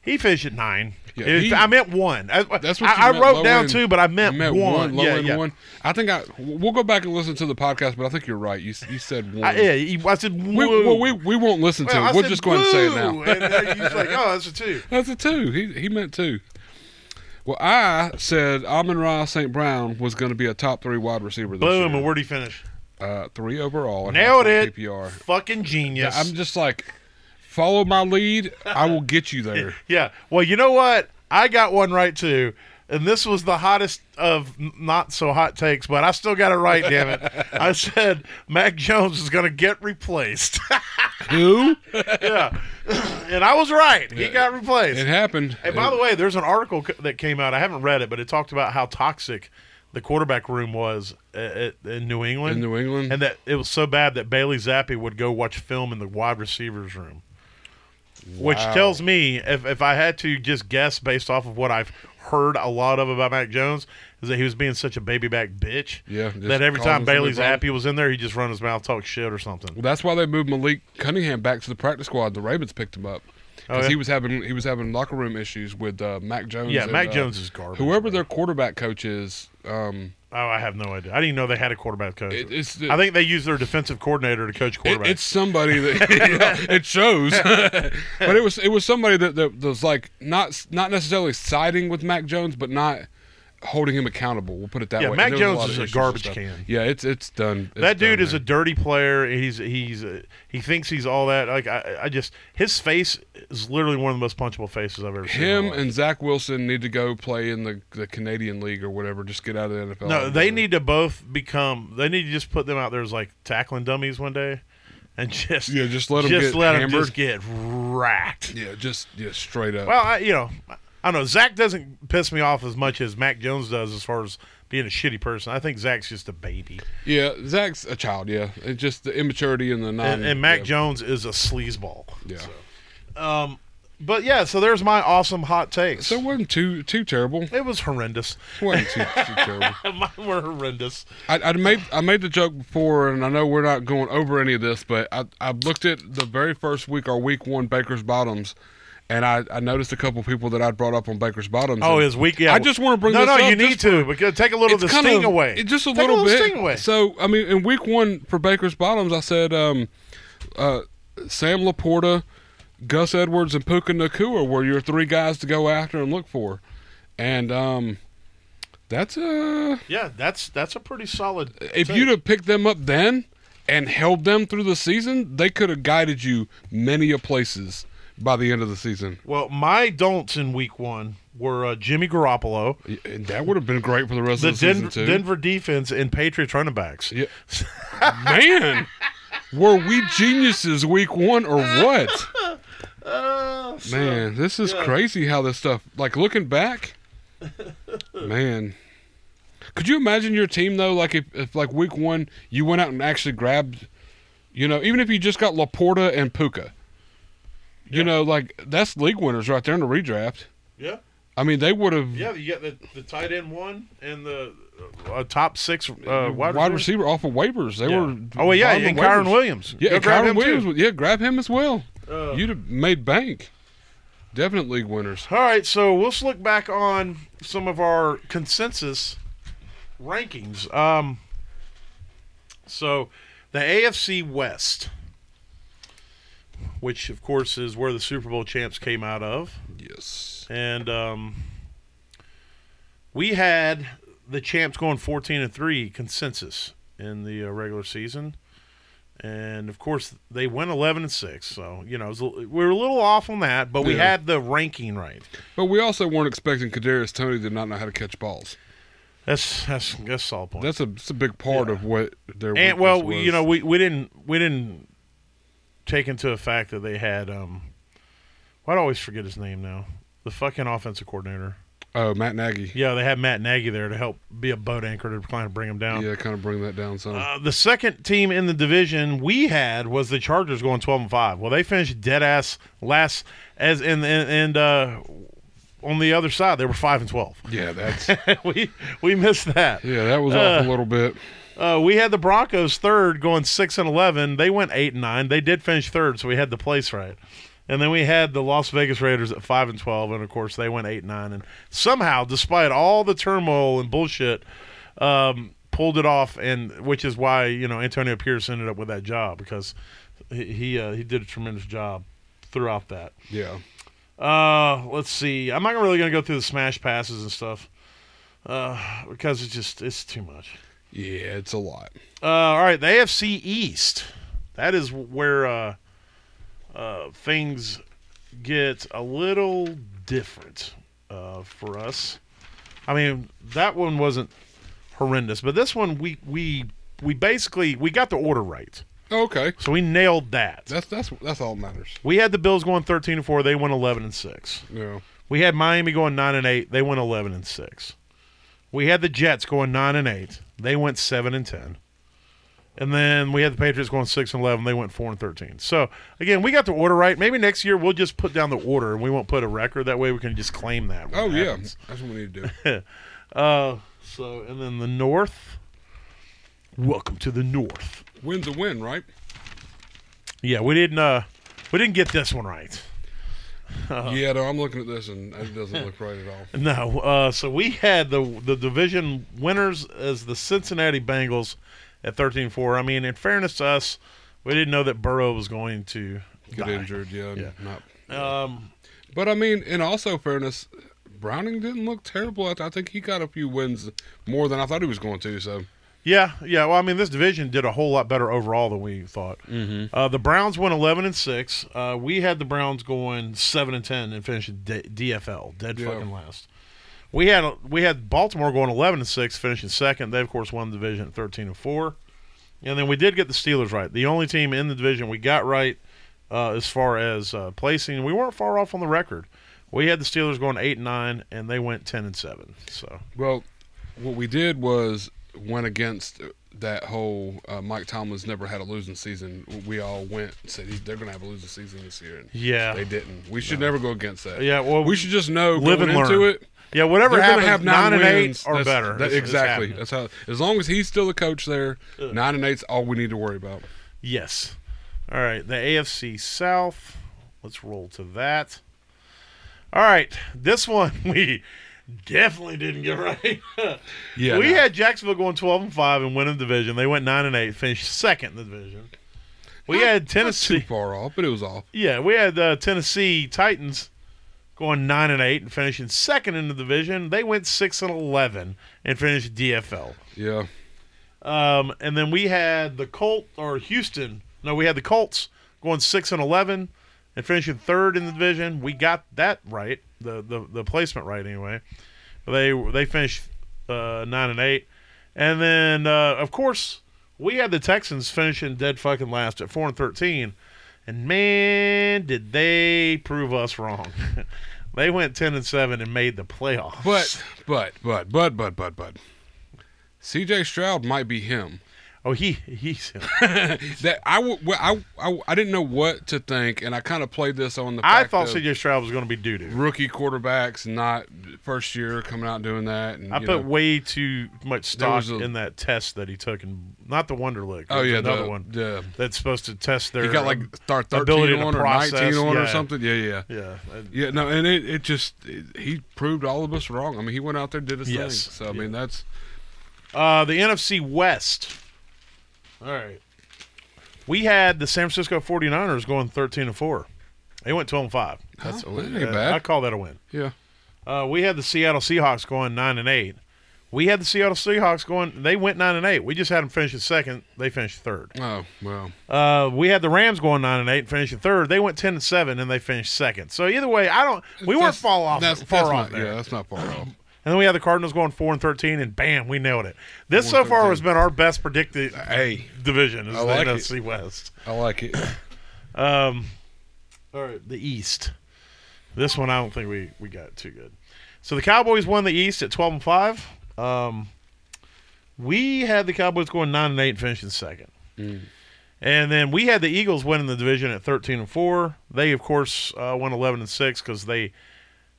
Speaker 2: He finished at nine.
Speaker 3: Yeah,
Speaker 2: If-
Speaker 3: he-
Speaker 2: I meant one. I,
Speaker 3: That's what
Speaker 2: I,
Speaker 3: you
Speaker 2: I
Speaker 3: meant,
Speaker 2: wrote
Speaker 3: low
Speaker 2: down
Speaker 3: end-
Speaker 2: two, but I meant,
Speaker 3: you
Speaker 2: one.
Speaker 3: low
Speaker 2: yeah,
Speaker 3: end
Speaker 2: yeah.
Speaker 3: one. I think I we'll go back and listen to the podcast, but I think you're right. You s- you said one.
Speaker 2: I, yeah, he- I said
Speaker 3: we,
Speaker 2: woo.
Speaker 3: well, we we won't listen to
Speaker 2: Well, I
Speaker 3: it. We'll
Speaker 2: said
Speaker 3: just go ahead and say it
Speaker 2: woo,
Speaker 3: now.
Speaker 2: and then he's like, oh, that's a two.
Speaker 3: That's a two. He he meant two. Well, I said Amon Ra St. Brown was going to be a top three wide receiver this
Speaker 2: Boom,
Speaker 3: year.
Speaker 2: and where'd he finish?
Speaker 3: Uh, three overall. and
Speaker 2: Nailed
Speaker 3: half on
Speaker 2: it.
Speaker 3: PPR.
Speaker 2: Fucking genius.
Speaker 3: I'm just like, follow my lead. I will get you there.
Speaker 2: Yeah. Well, you know what? I got one right too. And this was the hottest of n- not so hot takes, but I still got it right, damn it. I said Mac Jones is going to get replaced.
Speaker 3: Who?
Speaker 2: yeah. and I was right. He got replaced.
Speaker 3: It happened.
Speaker 2: Hey, by the way, there's an article c- that came out. I haven't read it, but it talked about how toxic the quarterback room was uh, uh, in New England.
Speaker 3: In New England?
Speaker 2: and that it was so bad that Bailey Zappi would go watch film in the wide receivers room. Which
Speaker 3: Wow.
Speaker 2: tells me, if, if I had to just guess based off of what I've heard a lot of about Mac Jones, is that he was being such a baby back bitch
Speaker 3: Yeah, just
Speaker 2: that every
Speaker 3: causing
Speaker 2: time
Speaker 3: somebody
Speaker 2: Bailey
Speaker 3: problems.
Speaker 2: Zappi was in there, he just run his mouth, talk shit or something.
Speaker 3: Well, that's why they moved Malik Cunningham back to the practice squad. The Ravens picked him up
Speaker 2: Oh,
Speaker 3: because
Speaker 2: yeah?
Speaker 3: he was having he was having locker room issues with uh, Mac Jones.
Speaker 2: Yeah,
Speaker 3: and,
Speaker 2: Mac
Speaker 3: uh,
Speaker 2: Jones is garbage.
Speaker 3: Whoever
Speaker 2: bro.
Speaker 3: their quarterback coach is, um,
Speaker 2: oh, I have no idea. I didn't even know they had a quarterback coach.
Speaker 3: it, it's
Speaker 2: I think they use their defensive coordinator to coach
Speaker 3: it-
Speaker 2: quarterbacks.
Speaker 3: it's somebody that yeah, it shows, but it was it was somebody that, that was like not not necessarily siding with Mac Jones, but not holding him accountable. We'll put it that
Speaker 2: Yeah,
Speaker 3: way.
Speaker 2: Mac
Speaker 3: And there was
Speaker 2: Jones
Speaker 3: lot of
Speaker 2: is a
Speaker 3: issues and
Speaker 2: garbage
Speaker 3: stuff.
Speaker 2: can.
Speaker 3: Yeah, it's it's done. It's
Speaker 2: that dude
Speaker 3: done,
Speaker 2: is a
Speaker 3: man.
Speaker 2: dirty player. He's he's uh, he thinks he's all that. Like I, I just his face is literally one of the most punchable faces I've ever seen. in
Speaker 3: Him
Speaker 2: my life.
Speaker 3: and Zach Wilson need to go play in the, the Canadian League or whatever. Just get out of the NFL.
Speaker 2: no, they need to both become. They need to just put them out there as like tackling dummies one day, and just
Speaker 3: Yeah, just let 'em
Speaker 2: just
Speaker 3: get
Speaker 2: let 'em
Speaker 3: hammered.
Speaker 2: just get racked.
Speaker 3: Yeah, just yeah, straight up.
Speaker 2: Well, I, you know, I don't know. Zach doesn't piss me off as much as Mac Jones does as far as being a shitty person. I think Zach's just a baby,
Speaker 3: yeah, Zach's a child. Yeah, it's just the immaturity and the non.
Speaker 2: and, and Mac
Speaker 3: yeah,
Speaker 2: Jones is a sleazeball. um,
Speaker 3: Yeah. So.
Speaker 2: But yeah, so there's my awesome hot takes.
Speaker 3: it wasn't too too terrible.
Speaker 2: It was horrendous.
Speaker 3: It wasn't too, too terrible.
Speaker 2: Mine were horrendous.
Speaker 3: I, I made I made the joke before, and I know we're not going over any of this, but I I looked at the very first week, our week one Baker's Bottoms, and I, I noticed a couple people that I brought up on Baker's Bottoms.
Speaker 2: Oh,
Speaker 3: and
Speaker 2: his week. Yeah,
Speaker 3: I just want to bring
Speaker 2: no,
Speaker 3: this
Speaker 2: no.
Speaker 3: up
Speaker 2: you
Speaker 3: just
Speaker 2: need to because take a little of the
Speaker 3: kind
Speaker 2: sting away.
Speaker 3: it- just a
Speaker 2: Take
Speaker 3: little,
Speaker 2: little
Speaker 3: bit.
Speaker 2: sting away.
Speaker 3: So I mean, in week one for Baker's Bottoms, I said um, uh, Sam Laporta, Gus Edwards, and Puka Nakua were your three guys to go after and look for, and um, that's uh,
Speaker 2: yeah, that's that's a pretty solid.
Speaker 3: if
Speaker 2: take.
Speaker 3: you'd have picked them up then and held them through the season, they could have guided you many a places by the end of the season.
Speaker 2: well, my don'ts in week one were uh, Jimmy Garoppolo,
Speaker 3: And that would have been great for the rest
Speaker 2: the
Speaker 3: of the season
Speaker 2: Den-
Speaker 3: too.
Speaker 2: Denver defense, and Patriots running backs.
Speaker 3: Yeah. Man, were we geniuses week one or what?
Speaker 2: Uh, so-
Speaker 3: Man, this is crazy how this stuff, like looking back, man. Could you imagine your team though? Like if, if like week one you went out and actually grabbed, you know, even if you just got Laporta and Puka, you know, like that's league winners right there in the redraft.
Speaker 2: yeah,
Speaker 3: I mean, they would have
Speaker 2: yeah. You got the, the tight end one and the uh, top six uh, wide,
Speaker 3: wide, receiver off of waivers. They
Speaker 2: Yeah.
Speaker 3: were
Speaker 2: Oh well, yeah,
Speaker 3: bottom of
Speaker 2: and Kyron
Speaker 3: waivers.
Speaker 2: Williams.
Speaker 3: Yeah,
Speaker 2: Go
Speaker 3: and
Speaker 2: grab
Speaker 3: Kyron
Speaker 2: him, too.
Speaker 3: Williams. would- Yeah, grab him as well.
Speaker 2: Uh,
Speaker 3: You'd have made bank. Definite league winners.
Speaker 2: All right, so we'll just look back on some of our consensus rankings. Um, so the AFC West, which of course is where the Super Bowl champs came out of,
Speaker 3: Yes.
Speaker 2: and um, we had the champs going fourteen and three consensus in the uh, regular season, and of course they went eleven and six. So you know it was a- we were a little off on that, but we
Speaker 3: Yeah.
Speaker 2: had the ranking right.
Speaker 3: But we also weren't expecting Kadarius Tony to not know how to catch balls.
Speaker 2: That's that's that's all point.
Speaker 3: That's a that's a big part of what their
Speaker 2: and
Speaker 3: weakness
Speaker 2: well,
Speaker 3: was.
Speaker 2: you know, we, we didn't we didn't take into the fact that they had um. Why do I always forget his name now? The fucking offensive coordinator.
Speaker 3: Oh, Matt Nagy.
Speaker 2: Yeah, they had Matt Nagy there to help be a boat anchor to kind of bring him down.
Speaker 3: Yeah, kind of bring that down some.
Speaker 2: Uh, the second team in the division we had was the Chargers going twelve and five. Well, they finished dead ass last as and and, and uh, on the other side they were five and twelve.
Speaker 3: yeah, that's
Speaker 2: we we missed that.
Speaker 3: yeah, that was off a little bit.
Speaker 2: Uh, we had the Broncos third going six and eleven. They went eight and nine. They did finish third, so we had the place right. And then we had the Las Vegas Raiders at five and twelve, and of course they went eight and nine. And somehow, despite all the turmoil and bullshit, um, pulled it off. And which is why you know Antonio Pierce ended up with that job because he he, uh, he did a tremendous job throughout that.
Speaker 3: Yeah,
Speaker 2: Uh, let's see. I'm not really gonna go through the smash passes and stuff uh, because it's just it's too much.
Speaker 3: yeah, it's a lot.
Speaker 2: Uh, all right, the AFC East. That is where uh, uh, things get a little different uh, for us. I mean, that one wasn't horrendous, but this one we we we basically we got the order right,
Speaker 3: Okay,
Speaker 2: so we nailed that.
Speaker 3: that's that's that's all that matters.
Speaker 2: We had the Bills going thirteen and four. They went eleven and six.
Speaker 3: Yeah,
Speaker 2: We had Miami going nine and eight. They went eleven and six. We had the Jets going nine and eight. They went seven and ten. And then we had the Patriots going six and eleven. They went four and thirteen. So again, we got the order right. Maybe next year we'll just put down the order and we won't put a record. That way we can just claim that. when
Speaker 3: oh
Speaker 2: it
Speaker 3: yeah,
Speaker 2: happens.
Speaker 3: that's what we need to do.
Speaker 2: Uh, so and then the North. Welcome to the North.
Speaker 3: Win's a win, right?
Speaker 2: Yeah, we didn't. Uh, we didn't get this one right. Uh-huh.
Speaker 3: Yeah, no, I'm looking at this and it doesn't look right at all.
Speaker 2: No, uh, so we had the the division winners as the Cincinnati Bengals at 13-4. I mean, in fairness to us, we didn't know that Burrow was going to
Speaker 3: Get
Speaker 2: die.
Speaker 3: injured, yeah, and
Speaker 2: Yeah.
Speaker 3: not.
Speaker 2: Um,
Speaker 3: But I mean, in also fairness, Browning didn't look terrible. I I think he got a few wins more than I thought he was going to. So
Speaker 2: yeah, yeah. Well, I mean, this division did a whole lot better overall than we thought. Mm-hmm. Uh, the Browns went eleven and six. Uh, we had the Browns going seven and ten and finishing D- DFL dead
Speaker 3: Yeah.
Speaker 2: fucking last. We had we had Baltimore going eleven and six, finishing second. They of course won the division at thirteen and four, and then we did get the Steelers right. The only team in the division we got right uh, as far as uh, placing. We weren't far off on the record. We had the Steelers going eight and nine, and they went ten and seven. So
Speaker 3: Well, what we did was went against that whole uh, Mike Tomlin's never had a losing season. We all went and said "He- they're going to have a losing season this year. And
Speaker 2: Yeah.
Speaker 3: they didn't. We should never go against that.
Speaker 2: Yeah, well,
Speaker 3: we should just know
Speaker 2: live
Speaker 3: Oh, going
Speaker 2: and learn.
Speaker 3: into it.
Speaker 2: yeah, whatever
Speaker 3: They're going
Speaker 2: happens,
Speaker 3: to have nine,
Speaker 2: and
Speaker 3: wins.
Speaker 2: eight are
Speaker 3: That's-
Speaker 2: better.
Speaker 3: that-
Speaker 2: It's- it's
Speaker 3: exactly.
Speaker 2: happening.
Speaker 3: That's how. As long as he's still the coach there, nine and eight's all we need to worry about.
Speaker 2: Yes. All right. The AFC South. Let's roll to that. All right. This one we definitely didn't get right.
Speaker 3: Yeah,
Speaker 2: we
Speaker 3: no.
Speaker 2: had Jacksonville going 12 and 5 and winning the division. They went 9 and 8, finished second in the division. We had
Speaker 3: too
Speaker 2: Tennessee.
Speaker 3: far off, but it was off.
Speaker 2: Yeah, we had uh, Tennessee Titans going 9 and 8 and finishing second in the division. They went 6 and 11 and finished DFL.
Speaker 3: Yeah,
Speaker 2: Um, and then we had the Colt or Houston. No, we had the Colts going six and eleven and finishing third in the division. We got that right, the the, the placement right anyway. They they finished uh, nine and eight, and then uh, of course we had the Texans finishing dead fucking last at four and thirteen. And man, did they prove us wrong. they went ten and seven and made the playoffs.
Speaker 3: but but but but but but but. C.J. Stroud might be him.
Speaker 2: oh, he he's
Speaker 3: that I, w- well, I, I, I didn't know what to think, and I kind of played this on the.
Speaker 2: I
Speaker 3: fact
Speaker 2: thought
Speaker 3: of
Speaker 2: CJ Stroud was going to be doo doo.
Speaker 3: rookie quarterbacks not first year coming out doing that. And,
Speaker 2: I
Speaker 3: you
Speaker 2: put
Speaker 3: know-
Speaker 2: way too much stock
Speaker 3: was a-
Speaker 2: in that test that he took, and not the Wonder Lick.
Speaker 3: oh
Speaker 2: there's
Speaker 3: yeah,
Speaker 2: another
Speaker 3: the,
Speaker 2: one
Speaker 3: The,
Speaker 2: that's supposed to test their. um,
Speaker 3: he got like start
Speaker 2: ability
Speaker 3: thirteen
Speaker 2: to
Speaker 3: on or
Speaker 2: process,
Speaker 3: nineteen on or
Speaker 2: yeah.
Speaker 3: something. Yeah, yeah,
Speaker 2: yeah, that-
Speaker 3: yeah. No, and it, it just it, he proved all of us wrong. I mean, he went out there did his
Speaker 2: Yes.
Speaker 3: thing. So I mean, that's
Speaker 2: Uh, the NFC West. All right. We had the San Francisco 49ers going 13 and 4. They went 12 and 5.
Speaker 3: Huh? That ain't
Speaker 2: uh,
Speaker 3: bad.
Speaker 2: I call that a win.
Speaker 3: yeah.
Speaker 2: Uh, we had the Seattle Seahawks going 9 and 8. We had the Seattle Seahawks going, they went 9 and 8. We just had them finishing second. They finished third.
Speaker 3: Oh well,
Speaker 2: Uh, we had the Rams going nine and eight and finishing third. They went ten and seven and they finished second. So either way, I don't. We weren't
Speaker 3: That's-
Speaker 2: far off.
Speaker 3: That's
Speaker 2: far
Speaker 3: that's Not,
Speaker 2: off there.
Speaker 3: Yeah, that's not far off.
Speaker 2: And then we had the Cardinals going four and thirteen, and bam, we nailed it. This so far
Speaker 3: 4-13.
Speaker 2: has been our best predicted
Speaker 3: Hey,
Speaker 2: division is
Speaker 3: I like
Speaker 2: the
Speaker 3: it.
Speaker 2: NFC West.
Speaker 3: I like it.
Speaker 2: Um, all right, the East. This one I don't think we we got too good. So the Cowboys won the East at twelve and five. Um, we had the Cowboys going nine and eight, and finishing second,
Speaker 3: Mm.
Speaker 2: and then we had the Eagles winning the division at thirteen and four. They of course uh, won eleven and six because they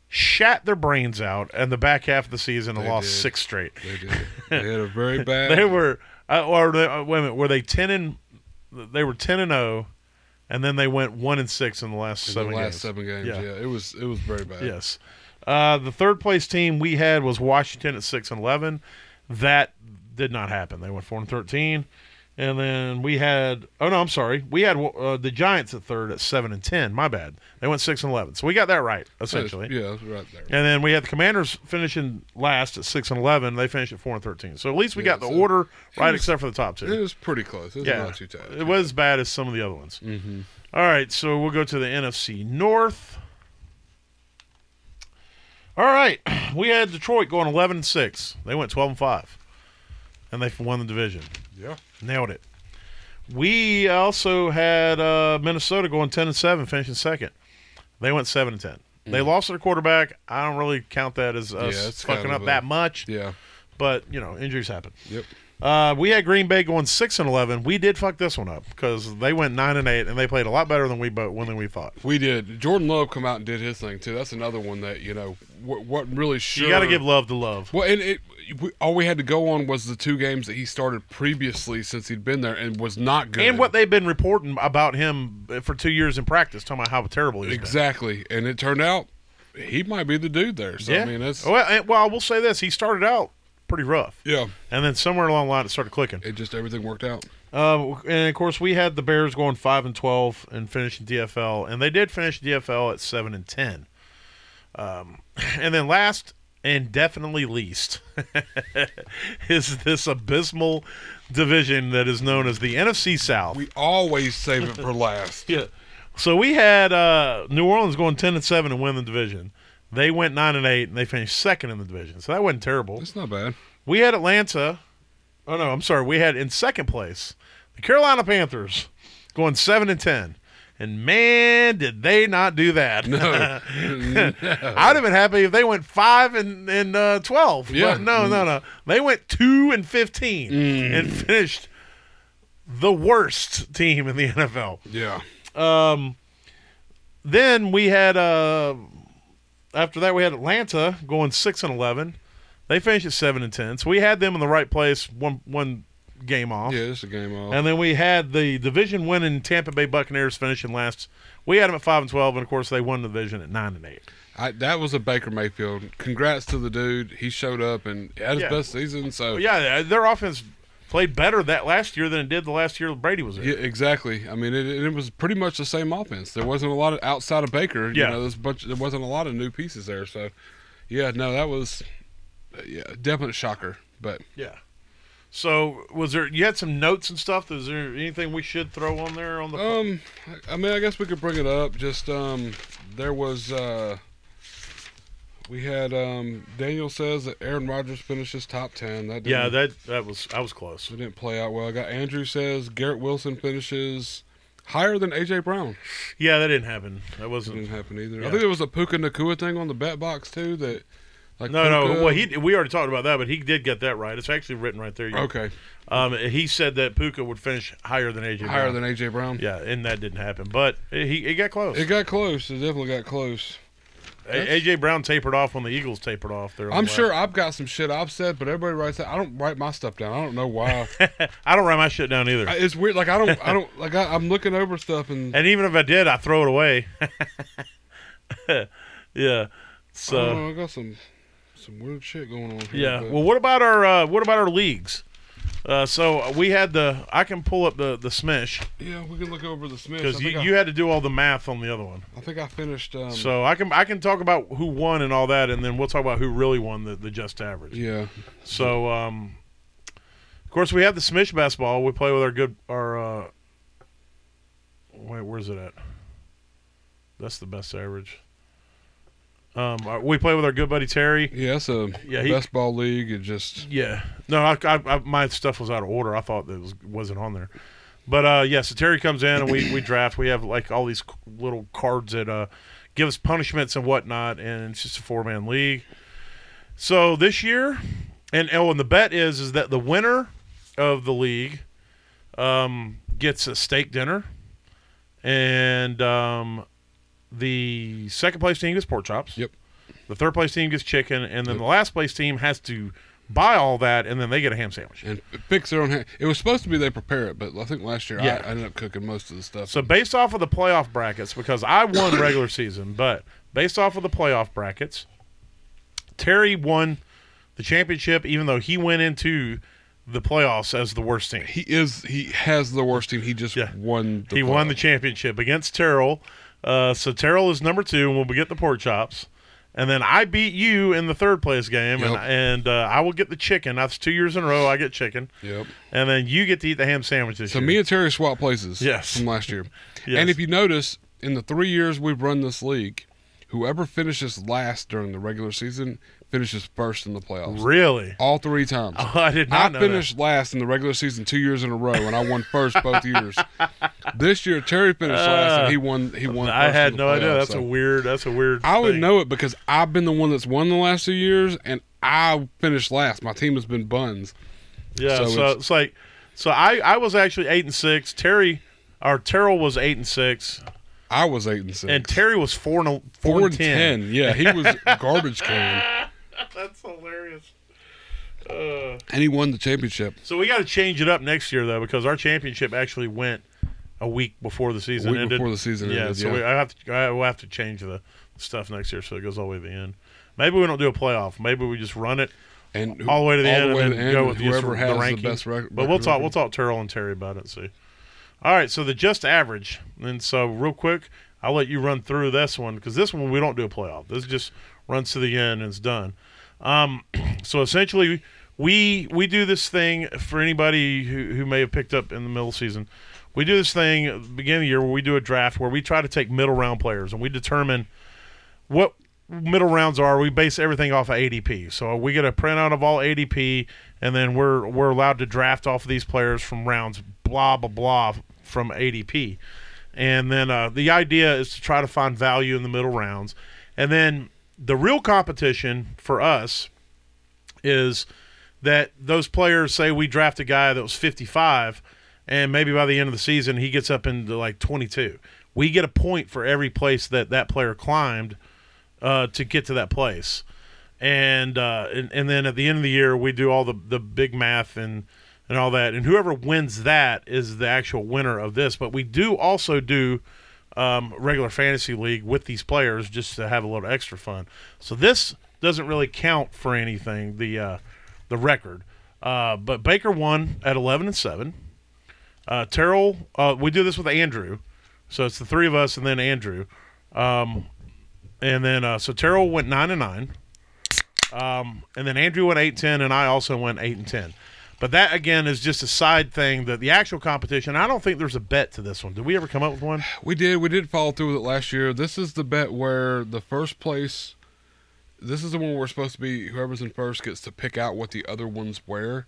Speaker 2: shat their brains out, and the back half of the season and
Speaker 3: They
Speaker 2: lost
Speaker 3: did.
Speaker 2: six straight.
Speaker 3: They did. They had a very bad.
Speaker 2: They were, uh, or they, uh, wait a minute, were they ten and they were ten and zero, and then they went one and six in the last
Speaker 3: in
Speaker 2: seven
Speaker 3: the last
Speaker 2: games.
Speaker 3: seven games.
Speaker 2: Yeah.
Speaker 3: Yeah. it was it was very bad.
Speaker 2: Yes. Uh, the third place team we had was Washington at six and eleven. That did not happen. They went four and thirteen, and then we had oh no, I'm sorry, we had uh, the Giants at third at seven and ten. My bad. They went six and eleven, so we got that right
Speaker 3: That's-
Speaker 2: essentially.
Speaker 3: yeah, that's right there.
Speaker 2: And then we had the Commanders finishing last at six and eleven. They finished at four and thirteen. So at least we
Speaker 3: Yeah,
Speaker 2: got the
Speaker 3: so
Speaker 2: order right,
Speaker 3: was-
Speaker 2: except for the top two.
Speaker 3: It was pretty close. It was not too tight.
Speaker 2: It was as bad as some of the other ones.
Speaker 3: Mm-hmm.
Speaker 2: All right, so we'll go to the NFC North. All right, we had Detroit going 11 and 6. They went 12 and 5, and they won the division.
Speaker 3: Yeah.
Speaker 2: Nailed it. We also had uh, Minnesota going 10 and 7, finishing second. They went 7 and 10. They lost their quarterback. I don't really count that as us
Speaker 3: Yeah, it's
Speaker 2: fucking
Speaker 3: kind
Speaker 2: up
Speaker 3: of a-
Speaker 2: that much,
Speaker 3: Yeah.
Speaker 2: but, you know, injuries happen.
Speaker 3: Yep.
Speaker 2: Uh, we had Green Bay going six and eleven. We did fuck this one up because they went nine and eight, and they played a lot better than we but than we thought.
Speaker 3: We did. Jordan Love come out and did his thing too. That's another one that you know what, what really sure.
Speaker 2: You got to give love to love.
Speaker 3: Well, and it we, all we had to go on was the two games that he started previously since he'd been there and was not good.
Speaker 2: And what they've been reporting about him for two years in practice, talking about how terrible he's been.
Speaker 3: exactly? And it turned out he might be the dude there. So
Speaker 2: Yeah. Oh.
Speaker 3: I mean, that's
Speaker 2: well, and- well, I will say this: he started out pretty rough,
Speaker 3: yeah.
Speaker 2: and then somewhere along the line it started clicking.
Speaker 3: It just everything worked out.
Speaker 2: Um, and of course, we had the Bears going five and twelve and finishing DFL, and they did finish DFL at seven and ten. Um, and then last and definitely least is this abysmal division that is known as the NFC South.
Speaker 3: We always save it for last.
Speaker 2: yeah. So we had uh, New Orleans going ten and seven and win the division. They went nine and eight and they finished second in the division. So that wasn't terrible.
Speaker 3: That's not bad.
Speaker 2: We had Atlanta. Oh no, I'm sorry. We had in second place the Carolina Panthers, going seven and ten. And man, did they not do that!
Speaker 3: No.
Speaker 2: I'd have been happy if they went five and and uh, twelve.
Speaker 3: Yeah. Mm.
Speaker 2: But no, no, no. They went two and fifteen and finished the worst team in the NFL.
Speaker 3: Yeah.
Speaker 2: Um, then we had uh, after that we had Atlanta going six and eleven. They finished at seven and ten, so we had them in the right place one one game off.
Speaker 3: Yeah, it's a game off.
Speaker 2: And then we had the division winning Tampa Bay Buccaneers finishing last. We had them at five and twelve, and of course they won the division at nine and eight.
Speaker 3: I, that was a Baker Mayfield. Congrats to the dude. He showed up and had his
Speaker 2: Yeah.
Speaker 3: best season. So
Speaker 2: But yeah, uh, their offense played better that last year than it did the last year Brady was there.
Speaker 3: Yeah, exactly. I mean, it, it was pretty much the same offense. There wasn't a lot of outside of Baker.
Speaker 2: Yeah.
Speaker 3: you know, there's a bunch. There wasn't a lot of new pieces there. So, yeah, no, that was yeah, definite shocker. But
Speaker 2: Yeah. So was there? You had some notes and stuff. Is there anything we should throw on there on the?
Speaker 3: um, I- I mean, I guess we could bring it up. Just um, there was uh, we had um, Daniel says that Aaron Rodgers finishes top ten. That didn't,
Speaker 2: yeah, that that was I was close.
Speaker 3: It didn't play out well. I got Andrew says Garrett Wilson finishes higher than AJ Brown.
Speaker 2: Yeah, that didn't happen. That wasn't.
Speaker 3: Didn't happen either.
Speaker 2: Hmm. Yeah.
Speaker 3: I think there was a Puka Nakua thing on the bet box too. That like
Speaker 2: No, no.
Speaker 3: Puka-
Speaker 2: Well, he we already talked about that, but he did get that right. It's actually written right there. You-
Speaker 3: okay
Speaker 2: Um, he said that Puka would finish higher than AJ.
Speaker 3: higher
Speaker 2: Brown.
Speaker 3: than AJ Brown.
Speaker 2: Yeah, and that didn't happen. But he he got close.
Speaker 3: It got close. It definitely got close.
Speaker 2: A- AJ Brown tapered off when the Eagles tapered off. There, on the
Speaker 3: I'm
Speaker 2: left.
Speaker 3: sure I've got some shit I've said, but everybody writes that. I don't write my stuff down. I don't know why.
Speaker 2: I don't write my shit down either.
Speaker 3: I, it's weird. Like I don't. I don't. Like I, I'm looking over stuff and
Speaker 2: and even if I did, I throw it away. yeah.
Speaker 3: I, don't
Speaker 2: So
Speaker 3: know, I got some some weird shit going on. Here,
Speaker 2: yeah.
Speaker 3: but-
Speaker 2: Well, what about our uh, what about our leagues? Uh, so we had the I can pull up the the smish
Speaker 3: yeah, we can look over the Smiths. I
Speaker 2: because
Speaker 3: think,
Speaker 2: you,
Speaker 3: I,
Speaker 2: you had to do all the math on the other one.
Speaker 3: I think I finished. Um,
Speaker 2: So I can I can talk about who won and all that, and then we'll talk about who really won the, the just average.
Speaker 3: yeah,
Speaker 2: So um, of course we have the Smish basketball. We play with our good our uh, wait where's it at? That's the best average. Um, uh, we play with our good buddy Terry.
Speaker 3: yeah. That's a
Speaker 2: Yeah, he-
Speaker 3: best ball league. It just
Speaker 2: Yeah. No, I, I, I, my stuff was out of order. I thought that was wasn't on there. But uh, yeah, so Terry comes in and we, we draft. We have like all these c- little cards that uh, give us punishments and whatnot, and it's just a four man league. So this year, and oh, and the bet is is that the winner of the league um, gets a steak dinner, and um, the second place team gets pork chops.
Speaker 3: Yep.
Speaker 2: The third place team gets chicken, and then the last place team has to buy all that, and then they get a ham sandwich.
Speaker 3: and fix their own. Ha- it was supposed to be they prepare it, but I think last year
Speaker 2: Yeah.
Speaker 3: I, I ended up cooking most of the stuff.
Speaker 2: So based off of the playoff brackets, because I won regular season, but based off of the playoff brackets, Terry won the championship, even though he went into the playoffs as the worst team.
Speaker 3: he is he has the worst team. He just
Speaker 2: Yeah.
Speaker 3: won. The
Speaker 2: he won
Speaker 3: playoff.
Speaker 2: the championship against Terrell. Uh, so Terrell is number two, and we'll get the pork chops. And then I beat you in the third place game,
Speaker 3: Yep.
Speaker 2: and and uh, I will get the chicken. That's two years in a row I get chicken,
Speaker 3: Yep.
Speaker 2: and then you get to eat the ham sandwiches.
Speaker 3: So me and Terry swap places.
Speaker 2: Yes.
Speaker 3: From last year.
Speaker 2: Yes.
Speaker 3: And if you notice, in the three years we've run this league, whoever finishes last during the regular season finishes first in the playoffs.
Speaker 2: really?
Speaker 3: All three times.
Speaker 2: Oh, I did
Speaker 3: I
Speaker 2: not know that.
Speaker 3: finished last in the regular season two years in a row, and I won first both years. This year, Terry finished last, and he won. He won.
Speaker 2: Uh, I
Speaker 3: first
Speaker 2: had
Speaker 3: in the
Speaker 2: no idea.
Speaker 3: playoffs,
Speaker 2: That's
Speaker 3: so.
Speaker 2: a weird. That's a weird.
Speaker 3: I would
Speaker 2: thing.
Speaker 3: know it because I've been the one that's won the last two years, and I finished last. My team has been buns.
Speaker 2: Yeah.
Speaker 3: So
Speaker 2: So,
Speaker 3: it's-
Speaker 2: it's, like, so I I was actually eight and six. Terry or Terrell was eight and six,
Speaker 3: I was eight and six.
Speaker 2: and Terry was four and a-
Speaker 3: four, and
Speaker 2: ten.
Speaker 3: ten. Yeah, he was garbage can,
Speaker 2: That's hilarious. Uh,
Speaker 3: and he won the championship.
Speaker 2: So we got to change it up next year though, because our championship actually went a week before the season
Speaker 3: A week
Speaker 2: ended.
Speaker 3: before the season
Speaker 2: yeah,
Speaker 3: ended,
Speaker 2: so
Speaker 3: yeah.
Speaker 2: We, I have to. I will have to change the stuff next year, so it goes all the way to the end. Maybe we don't do a playoff. Maybe we just run it
Speaker 3: And who-
Speaker 2: all the way to the end,
Speaker 3: way
Speaker 2: and
Speaker 3: to
Speaker 2: then
Speaker 3: the
Speaker 2: go
Speaker 3: end,
Speaker 2: with just
Speaker 3: whoever has
Speaker 2: the ranking.
Speaker 3: best record.
Speaker 2: but we'll talk. We'll talk Terrell and Terry about it. See. All right. So the just average, and so real quick, I'll let you run through this one because this one we don't do a playoff. This just runs to the end and it's done. Um, so essentially, we we do this thing for anybody who, who may have picked up in the middle season. We do this thing at the beginning of the year where we do a draft where we try to take middle round players and we determine what middle rounds are. We base everything off of ADP. So we get a printout of all ADP, and then we're we're allowed to draft off of these players from rounds blah blah blah from ADP. And then uh, the idea is to try to find value in the middle rounds. And then the real competition for us is that those players say we draft a guy that was 55 and maybe by the end of the season he gets up into like 22 we get a point for every place that that player climbed uh, to get to that place and, uh, and and then at the end of the year we do all the the big math and and all that and whoever wins that is the actual winner of this but we do also do um, regular fantasy league with these players just to have a little extra fun. So this doesn't really count for anything. The uh, the record, uh, but Baker won at eleven and seven. Uh, Terrell, uh, we do this with Andrew, so it's the three of us and then Andrew, um, and then uh, so Terrell went nine and nine, um, and then Andrew went eight ten, and I also went eight and ten. But that again is just a side thing. That the actual competition, I don't think there's a bet to this one. Did we ever come up with one?
Speaker 3: We did. We did follow through with it last year. This is the bet where the first place. This is the one where we're supposed to be. Whoever's in first gets to pick out what the other ones wear.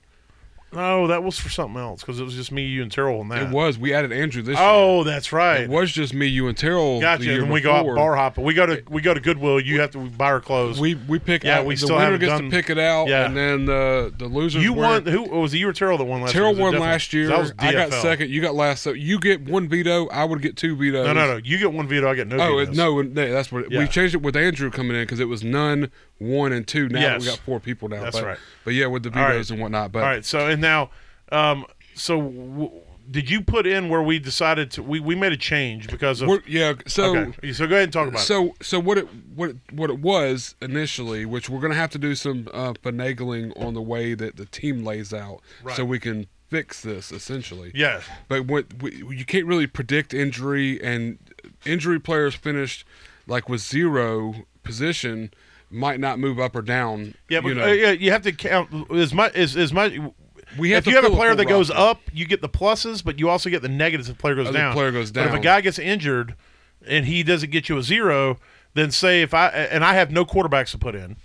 Speaker 2: No, Oh, that was for something else because it was just me, you, and Terrell on that.
Speaker 3: It was. We added Andrew this year.
Speaker 2: oh, that's right.
Speaker 3: It was just me, you, and Terrell. The
Speaker 2: gotcha.
Speaker 3: year
Speaker 2: And we go out
Speaker 3: before.
Speaker 2: bar hopping. We go to we go to Goodwill. You have to buy our clothes.
Speaker 3: We we pick.
Speaker 2: Yeah,
Speaker 3: out,
Speaker 2: we
Speaker 3: the
Speaker 2: still
Speaker 3: winner
Speaker 2: haven't
Speaker 3: gets
Speaker 2: done-
Speaker 3: to pick it out,
Speaker 2: Yeah.
Speaker 3: and then the the losers.
Speaker 2: you
Speaker 3: wear-
Speaker 2: won. Who oh, was it? You or Terrell that won last
Speaker 3: Terrell
Speaker 2: year? Was it
Speaker 3: won
Speaker 2: different?
Speaker 3: last year.
Speaker 2: That was
Speaker 3: I got
Speaker 2: DFL.
Speaker 3: second. You got last. So you get one veto. I would get two vetoes.
Speaker 2: No, no, no. You get one veto. I get no.
Speaker 3: Oh it,
Speaker 2: vetoes.
Speaker 3: no, no, that's what
Speaker 2: Yeah.
Speaker 3: we changed it with Andrew coming in because it was none, one, and two. Now
Speaker 2: Yes.
Speaker 3: we got four people now.
Speaker 2: That's
Speaker 3: but,
Speaker 2: right.
Speaker 3: But yeah, with the
Speaker 2: right.
Speaker 3: vetoes and whatnot. But
Speaker 2: All right. So and now, um, so w- did you put in where we decided to we we made a change because of
Speaker 3: we're, yeah, so
Speaker 2: okay. So go ahead and talk about it.
Speaker 3: so so what it what it, what it was initially, which we're gonna have to do some uh, finagling on the way that the team lays out, so
Speaker 2: Right.
Speaker 3: we can fix this essentially.
Speaker 2: Yeah.
Speaker 3: But what we, you can't really predict injury, and injury players finished like with zero position might not move up or down.
Speaker 2: Yeah, but
Speaker 3: you know.
Speaker 2: uh, yeah, you have to count as much as, as much.
Speaker 3: We have
Speaker 2: if
Speaker 3: to
Speaker 2: you have a
Speaker 3: fill a
Speaker 2: player
Speaker 3: full
Speaker 2: that goes
Speaker 3: roster.
Speaker 2: up, you get the pluses, but you also get the negatives if the player goes
Speaker 3: Other
Speaker 2: down.
Speaker 3: Oh, player goes
Speaker 2: But if
Speaker 3: down.
Speaker 2: a guy gets injured and he doesn't get you a zero, then say if I and I have no quarterbacks to put in.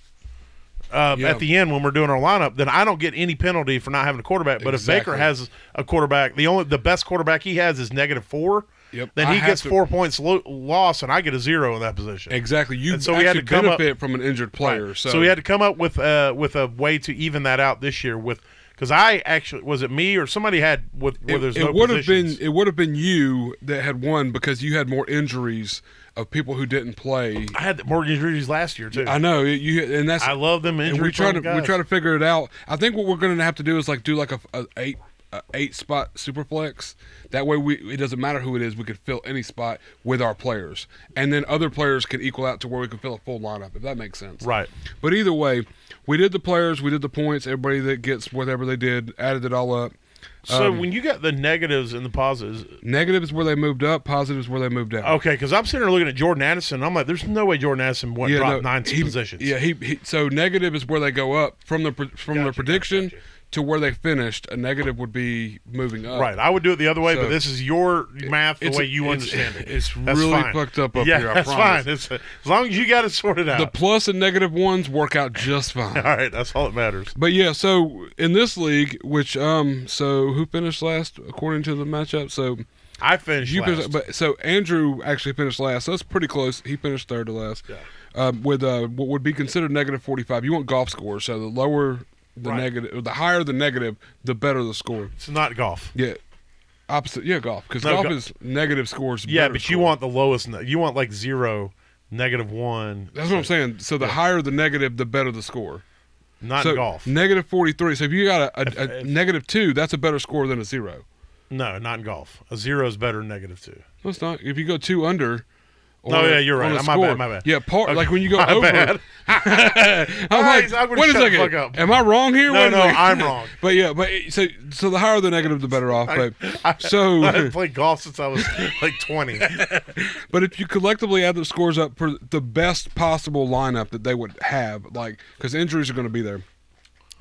Speaker 2: Um,
Speaker 3: Yeah.
Speaker 2: At the end, when we're doing our lineup, then I don't get any penalty for not having a quarterback. But if Baker
Speaker 3: Exactly.
Speaker 2: has a quarterback, the only the best quarterback he has is negative four.
Speaker 3: Yep.
Speaker 2: Then
Speaker 3: I
Speaker 2: he
Speaker 3: have
Speaker 2: gets
Speaker 3: to-
Speaker 2: four points lo- loss, and I get a zero in that position.
Speaker 3: Exactly. You
Speaker 2: And so we
Speaker 3: actually
Speaker 2: had to come up-
Speaker 3: benefit from an injured player. So,
Speaker 2: we had to come up with uh, with a way to even that out this year with because I actually was it me or somebody had with where
Speaker 3: it,
Speaker 2: there's
Speaker 3: it
Speaker 2: no
Speaker 3: would have been
Speaker 2: positions.
Speaker 3: it would have been you that had won because you had more injuries of people who didn't play.
Speaker 2: I had Morgan injuries last year too.
Speaker 3: I know you, and that's
Speaker 2: I love them
Speaker 3: and
Speaker 2: injury.
Speaker 3: we try to
Speaker 2: prone
Speaker 3: we
Speaker 2: guys.
Speaker 3: try to figure it out. I think what we're going to have to do is like do like a, a eight a eight spot superplex. That way, we it doesn't matter who it is. We could fill any spot with our players, and then other players can equal out to where we can fill a full lineup. If that makes sense,
Speaker 2: Right.
Speaker 3: But either way, we did the players, we did the points. Everybody that gets whatever they did, added it all up.
Speaker 2: So
Speaker 3: Um,
Speaker 2: when you got the negatives and the positives,
Speaker 3: Negative is where they moved up. Positive is where they moved down.
Speaker 2: okay, because I'm sitting there looking at Jordan Addison, and I'm like, there's no way Jordan Addison went dropped
Speaker 3: no,
Speaker 2: nine
Speaker 3: he-
Speaker 2: positions.
Speaker 3: Yeah, he, he so negative is where they go up from the pre- from the prediction to where they finished. A negative would be moving up.
Speaker 2: Right, I would do it the other way, but
Speaker 3: So-
Speaker 2: this is your math the
Speaker 3: It's-
Speaker 2: way you
Speaker 3: it's-
Speaker 2: understand it.
Speaker 3: it's
Speaker 2: That's
Speaker 3: really
Speaker 2: fine.
Speaker 3: fucked up up
Speaker 2: yeah,
Speaker 3: here, I
Speaker 2: that's
Speaker 3: promise.
Speaker 2: fine. It's, as long as you got it sorted out.
Speaker 3: The plus and negative ones work out just fine.
Speaker 2: all right, that's all that matters.
Speaker 3: But yeah, so in this league, which um, so who finished last according to the matchup? So
Speaker 2: I finished.
Speaker 3: you,
Speaker 2: last.
Speaker 3: finished, but so Andrew actually finished last. So that's pretty close. He finished third to last.
Speaker 2: Yeah.
Speaker 3: Um, with uh, what would be considered negative forty-five. You want golf scores, so the lower the
Speaker 2: Right.
Speaker 3: negative, the higher the negative, the better the score.
Speaker 2: it's not golf.
Speaker 3: Yeah. Opposite. Yeah, golf. Because
Speaker 2: No,
Speaker 3: golf
Speaker 2: go-
Speaker 3: is negative scores.
Speaker 2: Yeah,
Speaker 3: better
Speaker 2: but
Speaker 3: score.
Speaker 2: you want the lowest. ne- You want like zero, negative one.
Speaker 3: That's what I'm saying. So the higher the negative, the better the score.
Speaker 2: Not
Speaker 3: so
Speaker 2: in golf.
Speaker 3: Negative 43. So if you got a, a, a
Speaker 2: if-
Speaker 3: negative two, that's a better score than a zero.
Speaker 2: no, not in golf. A zero is better than negative two.
Speaker 3: No, it's not. If you go two under. Or
Speaker 2: Oh, yeah, you're
Speaker 3: on
Speaker 2: right.
Speaker 3: a
Speaker 2: My bad,
Speaker 3: score-
Speaker 2: my bad.
Speaker 3: Yeah, par,
Speaker 2: Okay.
Speaker 3: like when you go
Speaker 2: My
Speaker 3: over.
Speaker 2: bad.
Speaker 3: I'm
Speaker 2: right,
Speaker 3: like,
Speaker 2: I'm gonna
Speaker 3: Oh, wait a
Speaker 2: shut the
Speaker 3: second.
Speaker 2: fuck up.
Speaker 3: Am I wrong here?
Speaker 2: No,
Speaker 3: Wait a
Speaker 2: no,
Speaker 3: second.
Speaker 2: I'm wrong.
Speaker 3: but yeah, but it- so so the higher the negative, the better off. But
Speaker 2: I-
Speaker 3: so
Speaker 2: I haven't played golf since I was like 20.
Speaker 3: But if you collectively add the scores up for the best possible lineup that they would have, like because injuries are going to be there,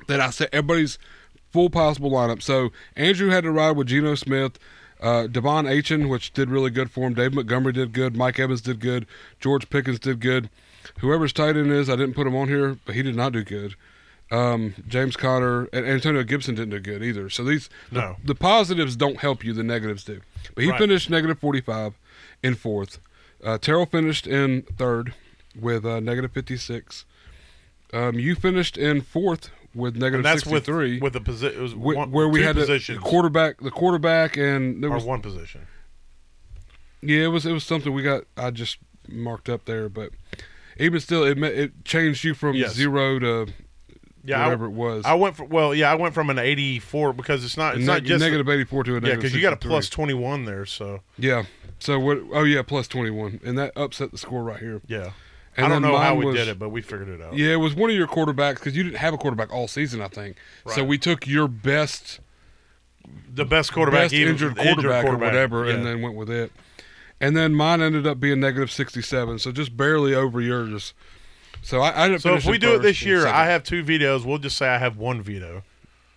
Speaker 3: that I said everybody's full possible lineup. So Andrew had to ride with Geno Smith, uh, Devon Achen, which did really good for him. Dave Montgomery did good. Mike Evans did good. George Pickens did good. Whoever's tight end is, I didn't put him on here, but he did not do good. Um, James Cotter and Antonio Gibson didn't do good either. So these
Speaker 2: No.
Speaker 3: the positives don't help you, the negatives do. But he
Speaker 2: Right.
Speaker 3: finished negative 45 in fourth. Uh, Terrell finished in third with uh, negative 56. Um, you finished in fourth with
Speaker 2: And
Speaker 3: negative
Speaker 2: that's with
Speaker 3: 63.
Speaker 2: with the position. It was
Speaker 3: wh-
Speaker 2: one,
Speaker 3: where we
Speaker 2: two
Speaker 3: had the- the
Speaker 2: positions
Speaker 3: quarterback, the quarterback, and there
Speaker 2: or
Speaker 3: was
Speaker 2: one position.
Speaker 3: yeah, it was it was something we got. I just marked up there, but even still, it ma- it changed you from
Speaker 2: Yes.
Speaker 3: zero to
Speaker 2: Yeah, I-
Speaker 3: whatever it was.
Speaker 2: I went for well, yeah, I went from an 84 because it's not it's
Speaker 3: Neg-
Speaker 2: not just
Speaker 3: negative 84 to a
Speaker 2: yeah
Speaker 3: negative
Speaker 2: because you got a
Speaker 3: 63.
Speaker 2: plus 21 there, so
Speaker 3: Yeah. So what? Oh yeah, plus twenty one, and that upset the score right here.
Speaker 2: yeah.
Speaker 3: And
Speaker 2: I
Speaker 3: then
Speaker 2: don't know how
Speaker 3: mine
Speaker 2: we
Speaker 3: was-
Speaker 2: did it, but we figured it out.
Speaker 3: Yeah, it was one of your quarterbacks because you didn't have a quarterback all season, I think. So
Speaker 2: Right.
Speaker 3: we took your best,
Speaker 2: The best quarterback,
Speaker 3: best
Speaker 2: even-
Speaker 3: injured, quarterback or whatever,
Speaker 2: yeah.
Speaker 3: and then went with it. And then mine ended up being negative sixty seven, so just barely over yours. So I, I ended up
Speaker 2: so if
Speaker 3: finishing
Speaker 2: we do it
Speaker 3: first
Speaker 2: this
Speaker 3: and
Speaker 2: year,
Speaker 3: second.
Speaker 2: I have two vetoes. We'll just say I have one veto.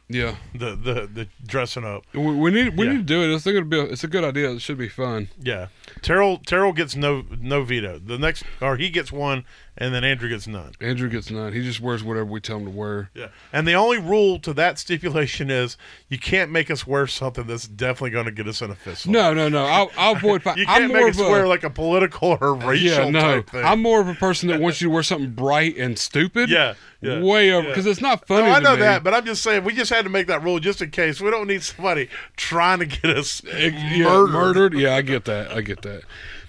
Speaker 3: yeah.
Speaker 2: The the the dressing up.
Speaker 3: We, we need we
Speaker 2: Yeah.
Speaker 3: need to do it. It's going to be a, it's a good idea. It should be fun.
Speaker 2: Yeah, Terrell Terrell gets no no veto. The next or he gets one, and then Andrew gets none.
Speaker 3: Andrew gets none. He just wears whatever we tell him to wear.
Speaker 2: Yeah. And the only rule to that stipulation is you can't make us wear something that's definitely going to get us in a fistfight.
Speaker 3: No, no, no. I'll, I'll avoid. fi-
Speaker 2: You
Speaker 3: I'm
Speaker 2: can't
Speaker 3: more
Speaker 2: make us
Speaker 3: of a-
Speaker 2: wear like a political or racial
Speaker 3: yeah, no.
Speaker 2: type thing.
Speaker 3: I'm more of a person that wants you to wear something bright and stupid.
Speaker 2: Yeah, yeah,
Speaker 3: way over
Speaker 2: yeah.
Speaker 3: because it's not
Speaker 2: no,
Speaker 3: funny.
Speaker 2: I
Speaker 3: to
Speaker 2: know
Speaker 3: me.
Speaker 2: that, but I'm just saying we just had to make that rule just in case. We don't need somebody trying to get us
Speaker 3: It- yeah,
Speaker 2: murdered. Uh.
Speaker 3: murdered. Yeah, I get that. I get that.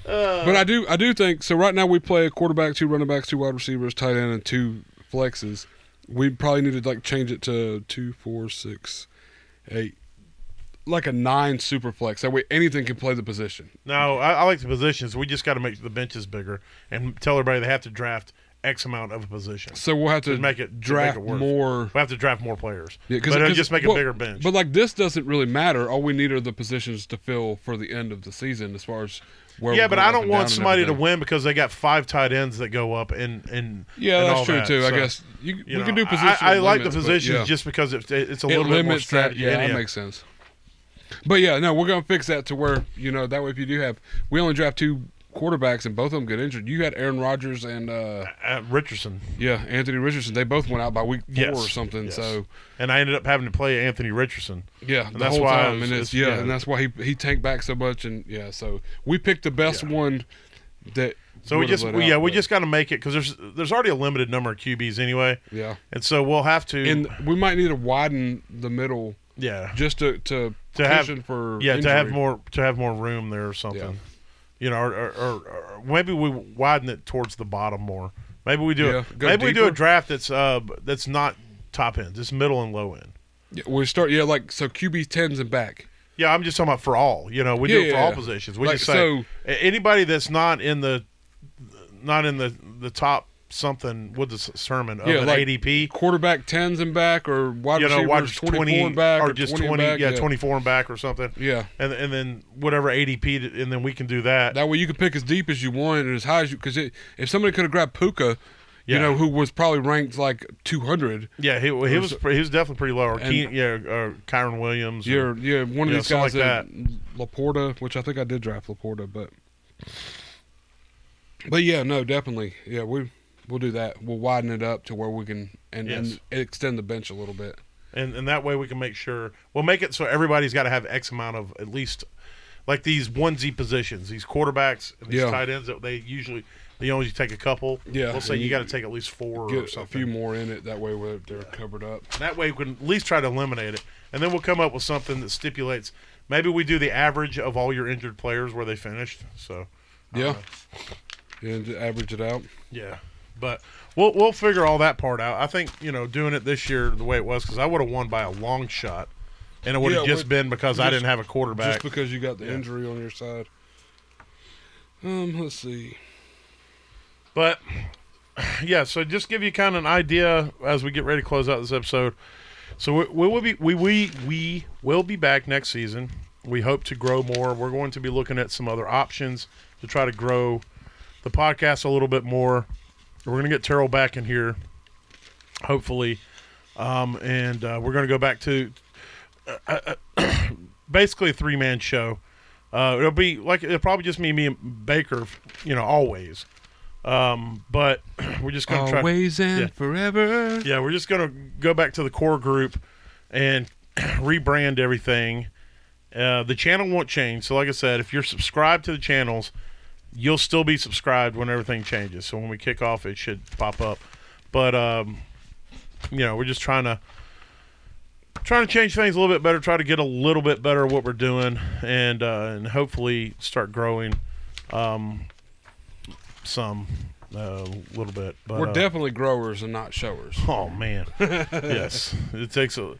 Speaker 3: but I do, I do think so. Right now, we play a quarterback, two running backs, two wide receivers, tight end, and two flexes. We probably need to like change it to two, four, six, eight, like a nine super flex. That way, anything can play the position.
Speaker 2: No, I, I like the positions. We just got to make the benches bigger and tell everybody they have to draft X amount of a position.
Speaker 3: So we'll have to,
Speaker 2: To make it- to make it
Speaker 3: draft
Speaker 2: worse.
Speaker 3: more.
Speaker 2: We have to draft more players.
Speaker 3: Yeah,
Speaker 2: but it'll just make a
Speaker 3: well,
Speaker 2: bigger bench.
Speaker 3: But like this doesn't really matter. All we need are the positions to fill for the end of the season, as far as where.
Speaker 2: yeah,
Speaker 3: we're
Speaker 2: but
Speaker 3: going
Speaker 2: I
Speaker 3: up
Speaker 2: don't
Speaker 3: and down
Speaker 2: want
Speaker 3: and
Speaker 2: somebody to
Speaker 3: everything.
Speaker 2: win because they got five tight ends that go up and and
Speaker 3: Yeah,
Speaker 2: and
Speaker 3: that's
Speaker 2: all
Speaker 3: true
Speaker 2: that.
Speaker 3: too. I
Speaker 2: So,
Speaker 3: guess you,
Speaker 2: you
Speaker 3: we can
Speaker 2: know,
Speaker 3: do positions.
Speaker 2: I, I like the
Speaker 3: positions.
Speaker 2: positions just because it, it's a
Speaker 3: it
Speaker 2: little bit more
Speaker 3: limits that.
Speaker 2: strategy.
Speaker 3: Yeah, that makes sense. But yeah, no, we're gonna fix that to where you know that way if you do have, we only draft two quarterbacks, and both of them get injured. You had Aaron Rodgers and uh,
Speaker 2: Uh, Richardson.
Speaker 3: yeah, Anthony Richardson. They both went out by week four
Speaker 2: Yes,
Speaker 3: or something.
Speaker 2: yes.
Speaker 3: So
Speaker 2: And I ended up having to play Anthony Richardson.
Speaker 3: yeah, the
Speaker 2: that's
Speaker 3: whole
Speaker 2: why
Speaker 3: time,
Speaker 2: it's-
Speaker 3: and it's,
Speaker 2: it's-
Speaker 3: yeah,
Speaker 2: yeah.
Speaker 3: and that's why he he tanked back so much, and yeah, so we picked the best
Speaker 2: Yeah.
Speaker 3: one that.
Speaker 2: So we
Speaker 3: would've
Speaker 2: just
Speaker 3: let
Speaker 2: we-
Speaker 3: out,
Speaker 2: yeah we
Speaker 3: but-
Speaker 2: just got to make it because there's there's already a limited number of QBs anyway,
Speaker 3: yeah,
Speaker 2: and so we'll have to
Speaker 3: and we might need to widen the middle
Speaker 2: yeah
Speaker 3: just to to,
Speaker 2: To have-
Speaker 3: cushion for
Speaker 2: yeah to have
Speaker 3: injury.
Speaker 2: more to have more room there or something.
Speaker 3: Yeah.
Speaker 2: You know, or, or, or, or maybe we widen it towards the bottom more. Maybe we do
Speaker 3: Yeah,
Speaker 2: it.
Speaker 3: go
Speaker 2: Maybe we do a
Speaker 3: deeper.
Speaker 2: draft that's uh that's not top end, it's middle and low end.
Speaker 3: Yeah, we start yeah like so QB tens and back.
Speaker 2: Yeah, I'm just talking about for all. You know, we do
Speaker 3: Yeah,
Speaker 2: it for
Speaker 3: yeah,
Speaker 2: all
Speaker 3: yeah.
Speaker 2: positions. We
Speaker 3: Like,
Speaker 2: just say
Speaker 3: so-
Speaker 2: a- anybody that's not in the not in the the top something with the sermon of
Speaker 3: Yeah,
Speaker 2: an
Speaker 3: like
Speaker 2: ADP.
Speaker 3: quarterback tens and back or wide
Speaker 2: You know,
Speaker 3: receivers
Speaker 2: watch
Speaker 3: 24
Speaker 2: twenty
Speaker 3: and back
Speaker 2: or just
Speaker 3: 20, and
Speaker 2: twenty,
Speaker 3: back,
Speaker 2: yeah, twenty four and back or something,
Speaker 3: Yeah.
Speaker 2: and and then whatever ADP, to- and then we can do that.
Speaker 3: That way you can pick as deep as you want and as high as you because if somebody could have grabbed Puka, you
Speaker 2: Yeah.
Speaker 3: know, who was probably ranked like 200,
Speaker 2: yeah, he, he was pre- he was definitely pretty low. Or
Speaker 3: And-
Speaker 2: Keen, yeah, or Kyron Williams. or-
Speaker 3: you're yeah one of
Speaker 2: Yeah,
Speaker 3: these
Speaker 2: something
Speaker 3: guys
Speaker 2: like
Speaker 3: that, Laporta, which I think I did draft Laporta, but but yeah, no, definitely, yeah, we we'll do that. We'll widen it up to where we can and,
Speaker 2: Yes.
Speaker 3: and extend the bench a little bit.
Speaker 2: and and that way we can make sure we'll make it so everybody's got to have X amount of at least like these onesie positions, these quarterbacks and these
Speaker 3: Yeah.
Speaker 2: tight ends that they usually they only take a couple.
Speaker 3: Yeah.
Speaker 2: we'll say
Speaker 3: And
Speaker 2: you,
Speaker 3: you-
Speaker 2: got to take at least four or
Speaker 3: Get a
Speaker 2: something.
Speaker 3: few more in it. That way we're, they're covered up.
Speaker 2: That way we can at least try to eliminate it, and then we'll come up with something that stipulates maybe we do the average of all your injured players where they finished. So I don't
Speaker 3: Yeah.
Speaker 2: know.
Speaker 3: And just average it out.
Speaker 2: yeah. But we'll we'll figure all that part out. I think you know doing it this year the way it was because I would have won by a long shot, and it would have
Speaker 3: Yeah,
Speaker 2: just
Speaker 3: we-
Speaker 2: been because I
Speaker 3: just-
Speaker 2: didn't have a quarterback.
Speaker 3: Just because you got the
Speaker 2: Yeah.
Speaker 3: injury on your side. Um, let's see.
Speaker 2: But yeah, so just give you kind of an idea as we get ready to close out this episode. So we, we will be we, we we will be back next season. We hope to grow more. We're going to be looking at some other options to try to grow the podcast a little bit more. We're going to get Terrell back in here, hopefully, um, and uh, we're going to go back to uh, basically a three man show. Uh, it'll be like it'll probably just be me and Baker, you know, always. Um, but we're just
Speaker 3: Oh,
Speaker 2: gonna try.
Speaker 3: Always and
Speaker 2: yeah.
Speaker 3: forever.
Speaker 2: Yeah, we're just gonna go back to the core group and rebrand everything. Uh, the channel won't change. So, like I said, if you're subscribed to the channels, you'll still be subscribed when everything changes. So when we kick off, it should pop up. But um, you know, we're just trying to trying to change things a little bit better. Try to get a little bit better at what we're doing, and uh, and hopefully start growing um, some uh, a little bit. But
Speaker 3: We're
Speaker 2: uh,
Speaker 3: definitely growers and not showers.
Speaker 2: Oh man, yes, it takes a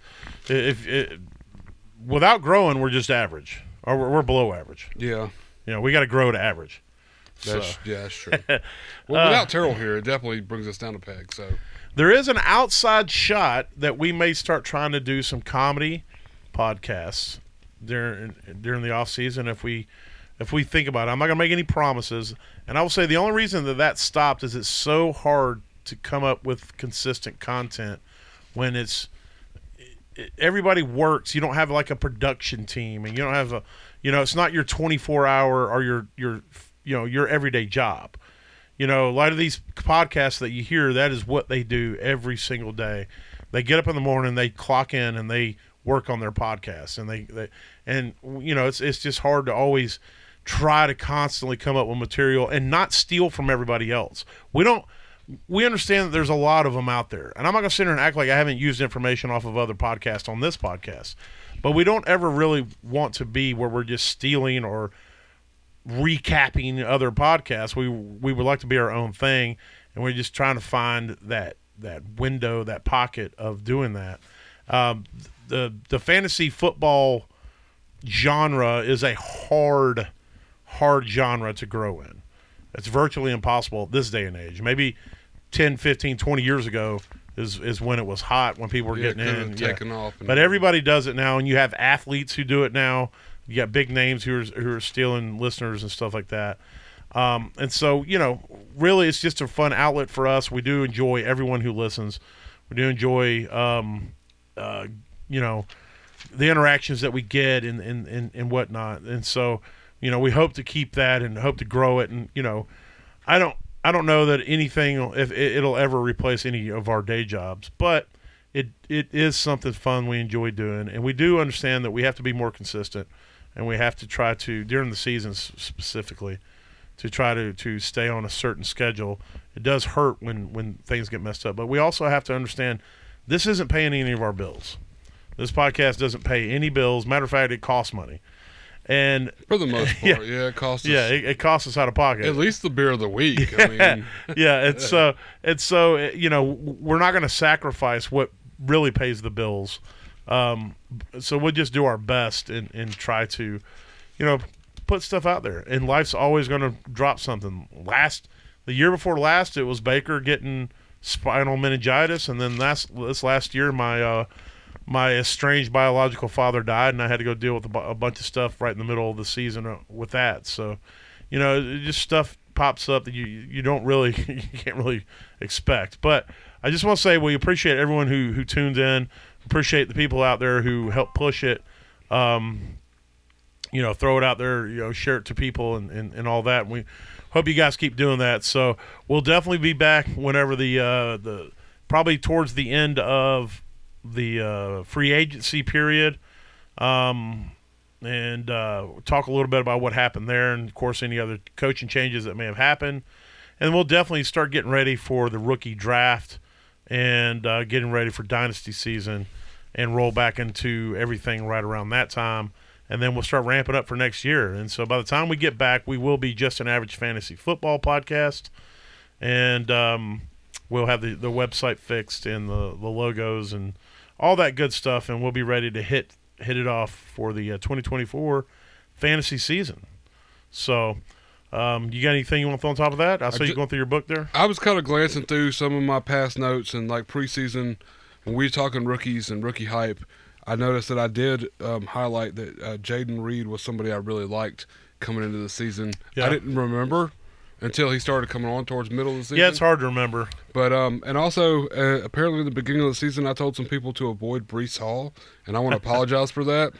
Speaker 2: if it, without growing we're just average or we're, we're below average.
Speaker 3: Yeah,
Speaker 2: You know we got to grow to average.
Speaker 3: that's
Speaker 2: So. Uh,
Speaker 3: yeah, that's true. well, without Terrell here, it definitely brings us down a peg. So
Speaker 2: There is an outside shot that we may start trying to do some comedy podcasts during during the off season if we if we think about it. I'm not going to make any promises, and I will say the only reason that that stopped is it's so hard to come up with consistent content when it's everybody works. You don't have like a production team, and you don't have a, you know, it's not your 24 hour or your your, you know, your everyday job. You know, a lot of these podcasts that you hear, that is what they do every single day. They get up in the morning, they clock in, and they work on their podcast, and they, they and you know, it's it's just hard to always try to constantly come up with material and not steal from everybody else. We don't we understand that there's a lot of them out there. And I'm not going to sit here and act like I haven't used information off of other podcasts on this podcast. But we don't ever really want to be where we're just stealing or recapping other podcasts. We we would like to be our own thing, and we're just trying to find that that window, that pocket of doing that. Um, the the fantasy football genre is a hard, hard genre to grow in. It's virtually impossible at this day and age. Maybe 10, 15, 20 years ago is, is when it was hot, when people were
Speaker 3: yeah, it
Speaker 2: getting in.
Speaker 3: could've
Speaker 2: and- yeah.
Speaker 3: taken off. and-
Speaker 2: But everybody does it now, and you have athletes who do it now. You got big names who are who are stealing listeners and stuff like that. Um, and so, you know, really, it's just a fun outlet for us. We do enjoy everyone who listens. We do enjoy, um, uh, you know, the interactions that we get and and, and, and whatnot. And so, you know, we hope to keep that and hope to grow it. And you know, I don't I don't know that anything if it, it'll ever replace any of our day jobs, but it it is something fun we enjoy doing, and we do understand that we have to be more consistent, and we have to try to during the seasons specifically to try to to stay on a certain schedule. It does hurt when when things get messed up, but we also have to understand this isn't paying any of our bills. This podcast doesn't pay any bills. Matter of fact, it costs money, and
Speaker 3: for the most part. yeah. it costs us.
Speaker 2: yeah, it, it costs us out of pocket.
Speaker 3: at least the beer of the week. I mean,
Speaker 2: yeah, it's so it's so uh, you know we're not going to sacrifice what really pays the bills. Um, so we'll just do our best and, and try to, you know, put stuff out there. And life's always going to drop something. Last the year before last, it was Baker getting spinal meningitis, and then last this last year, my uh, my estranged biological father died, and I had to go deal with a, bu- a bunch of stuff right in the middle of the season uh, with that. So, you know, it- it just stuff pops up that you you don't really you can't really expect. But I just want to say we appreciate everyone who who tuned in, appreciate the people out there who help push it. Um, you know, throw it out there, you know, share it to people and, and, and all that. And we hope you guys keep doing that. So we'll definitely be back whenever the uh, the probably towards the end of the uh, free agency period. Um, and uh, talk a little bit about what happened there, and of course any other coaching changes that may have happened. And we'll definitely start getting ready for the rookie draft and uh, getting ready for dynasty season, and roll back into everything right around that time. And then we'll start ramping up for next year. And so by the time we get back, we will be just an average fantasy football podcast, and um, we'll have the, the website fixed and the, the logos and all that good stuff, and we'll be ready to hit hit it off for the uh, 2024 fantasy season. So, um, you got anything you want to throw on top of that? I saw you
Speaker 3: ju-
Speaker 2: going through your book there.
Speaker 3: I was kind of glancing through some of my past notes and like preseason when we were talking rookies and rookie hype. I noticed that I did um, highlight that uh, Jaden Reed was somebody I really liked coming into the season.
Speaker 2: Yeah.
Speaker 3: I didn't remember until he started coming on towards middle of the season.
Speaker 2: Yeah, it's hard to remember.
Speaker 3: But um, and also uh, apparently at the beginning of the season, I told some people to avoid Brees Hall, and I want to apologize for that.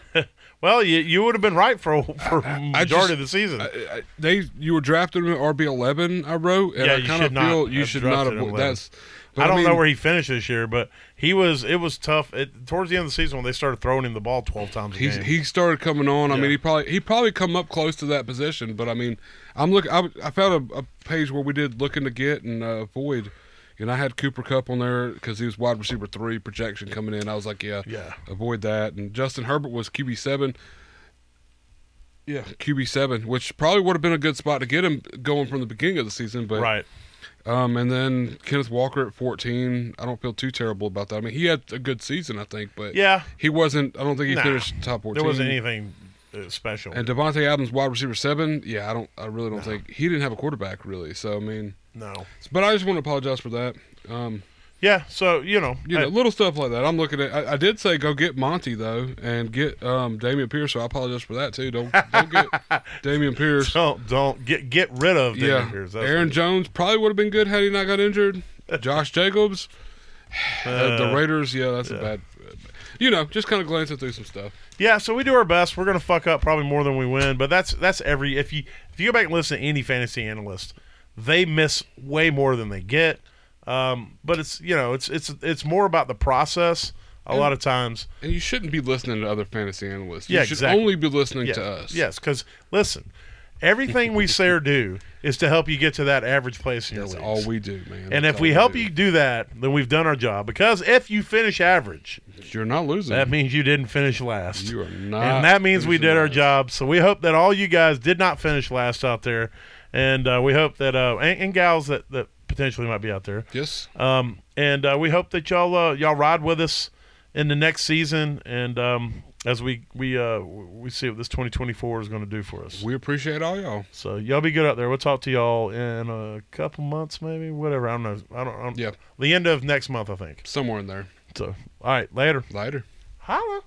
Speaker 2: Well, you, you would have been right for for majority
Speaker 3: just-
Speaker 2: of the season.
Speaker 3: I, I, they you were drafted in RB eleven, I wrote, and
Speaker 2: Yeah,
Speaker 3: I
Speaker 2: you
Speaker 3: kind
Speaker 2: should
Speaker 3: of
Speaker 2: not
Speaker 3: feel you
Speaker 2: have
Speaker 3: should not
Speaker 2: drafted him
Speaker 3: avoid.
Speaker 2: 11.
Speaker 3: That's. but
Speaker 2: I don't know
Speaker 3: mean-
Speaker 2: where he finished this year, but he was it was tough. It, towards the end of the season, when they started throwing him the ball 12 times a
Speaker 3: He's,
Speaker 2: game.
Speaker 3: he started coming on. I
Speaker 2: Yeah.
Speaker 3: mean, he probably he probably come up close to that position, but I mean, I'm look. I, I found a, a page where we did looking to get and uh, avoid, and I had Cooper Cup on there because he was wide receiver three projection coming in. I was like, yeah,
Speaker 2: Yeah.
Speaker 3: avoid that. And Justin Herbert was QB seven. Yeah, QB seven, which probably would have been a good spot to get him going from the beginning of the season, but
Speaker 2: right.
Speaker 3: Um, and then Kenneth Walker at 14. I don't feel too terrible about that. I mean, he had a good season, I think, but
Speaker 2: Yeah.
Speaker 3: he wasn't. I don't think he
Speaker 2: Nah,
Speaker 3: finished top 14.
Speaker 2: There wasn't anything uh, special.
Speaker 3: And Devontae Adams, wide receiver seven. Yeah, I don't. I really don't think he didn't have a quarterback really. So I mean,
Speaker 2: no.
Speaker 3: but I just want to apologize for that. Um,
Speaker 2: Yeah, so, you know.
Speaker 3: you
Speaker 2: I-
Speaker 3: know, little stuff like that. I'm looking at. I, I did say go get Monty though, and get um Damian Pierce. So I apologize for that too. Don't don't get Damian Pierce.
Speaker 2: don't don't get get rid of Damian
Speaker 3: yeah,
Speaker 2: Pierce. That's-
Speaker 3: Aaron Jones probably would have been good had he not got injured. Josh Jacobs, Uh, the
Speaker 2: Uh,
Speaker 3: Raiders. Yeah, that's a bad. You know, just kind of glancing through some stuff.
Speaker 2: Yeah, so we do our best. We're gonna fuck up probably more than we win, but that's that's every if you if you go back and listen to any fantasy analyst, they miss way more than they get. Um, but it's you know it's it's it's more about the process a lot of times.
Speaker 3: And you shouldn't be listening to other fantasy analysts. You
Speaker 2: Yeah,
Speaker 3: should
Speaker 2: exactly.
Speaker 3: only be listening
Speaker 2: Yeah,
Speaker 3: to us.
Speaker 2: Yes, because listen, everything we say or do is to help you get to that average place in your
Speaker 3: That's
Speaker 2: leagues.
Speaker 3: all we do, man.
Speaker 2: and
Speaker 3: That's
Speaker 2: if
Speaker 3: all
Speaker 2: we help
Speaker 3: do.
Speaker 2: you do that, then we've done our job. Because if you finish average,
Speaker 3: you're not losing.
Speaker 2: that means you didn't finish last.
Speaker 3: you are not.
Speaker 2: and that means we
Speaker 3: losing
Speaker 2: did our
Speaker 3: last.
Speaker 2: job. So we hope that all you guys did not finish last out there, and uh, we hope that uh, and, and gals that, that potentially might be out there,
Speaker 3: Yes.
Speaker 2: um, and uh, we hope that y'all uh, y'all ride with us in the next season, and um, as we we uh, we see what this 2024 is going to do for us.
Speaker 3: We appreciate all y'all.
Speaker 2: So y'all be good out there. We'll talk to y'all in a couple months, maybe whatever. I don't know. I don't. I don't
Speaker 3: Yeah.
Speaker 2: The end of next month, I think.
Speaker 3: Somewhere in there.
Speaker 2: So all right, later.
Speaker 3: Later.
Speaker 2: Holla.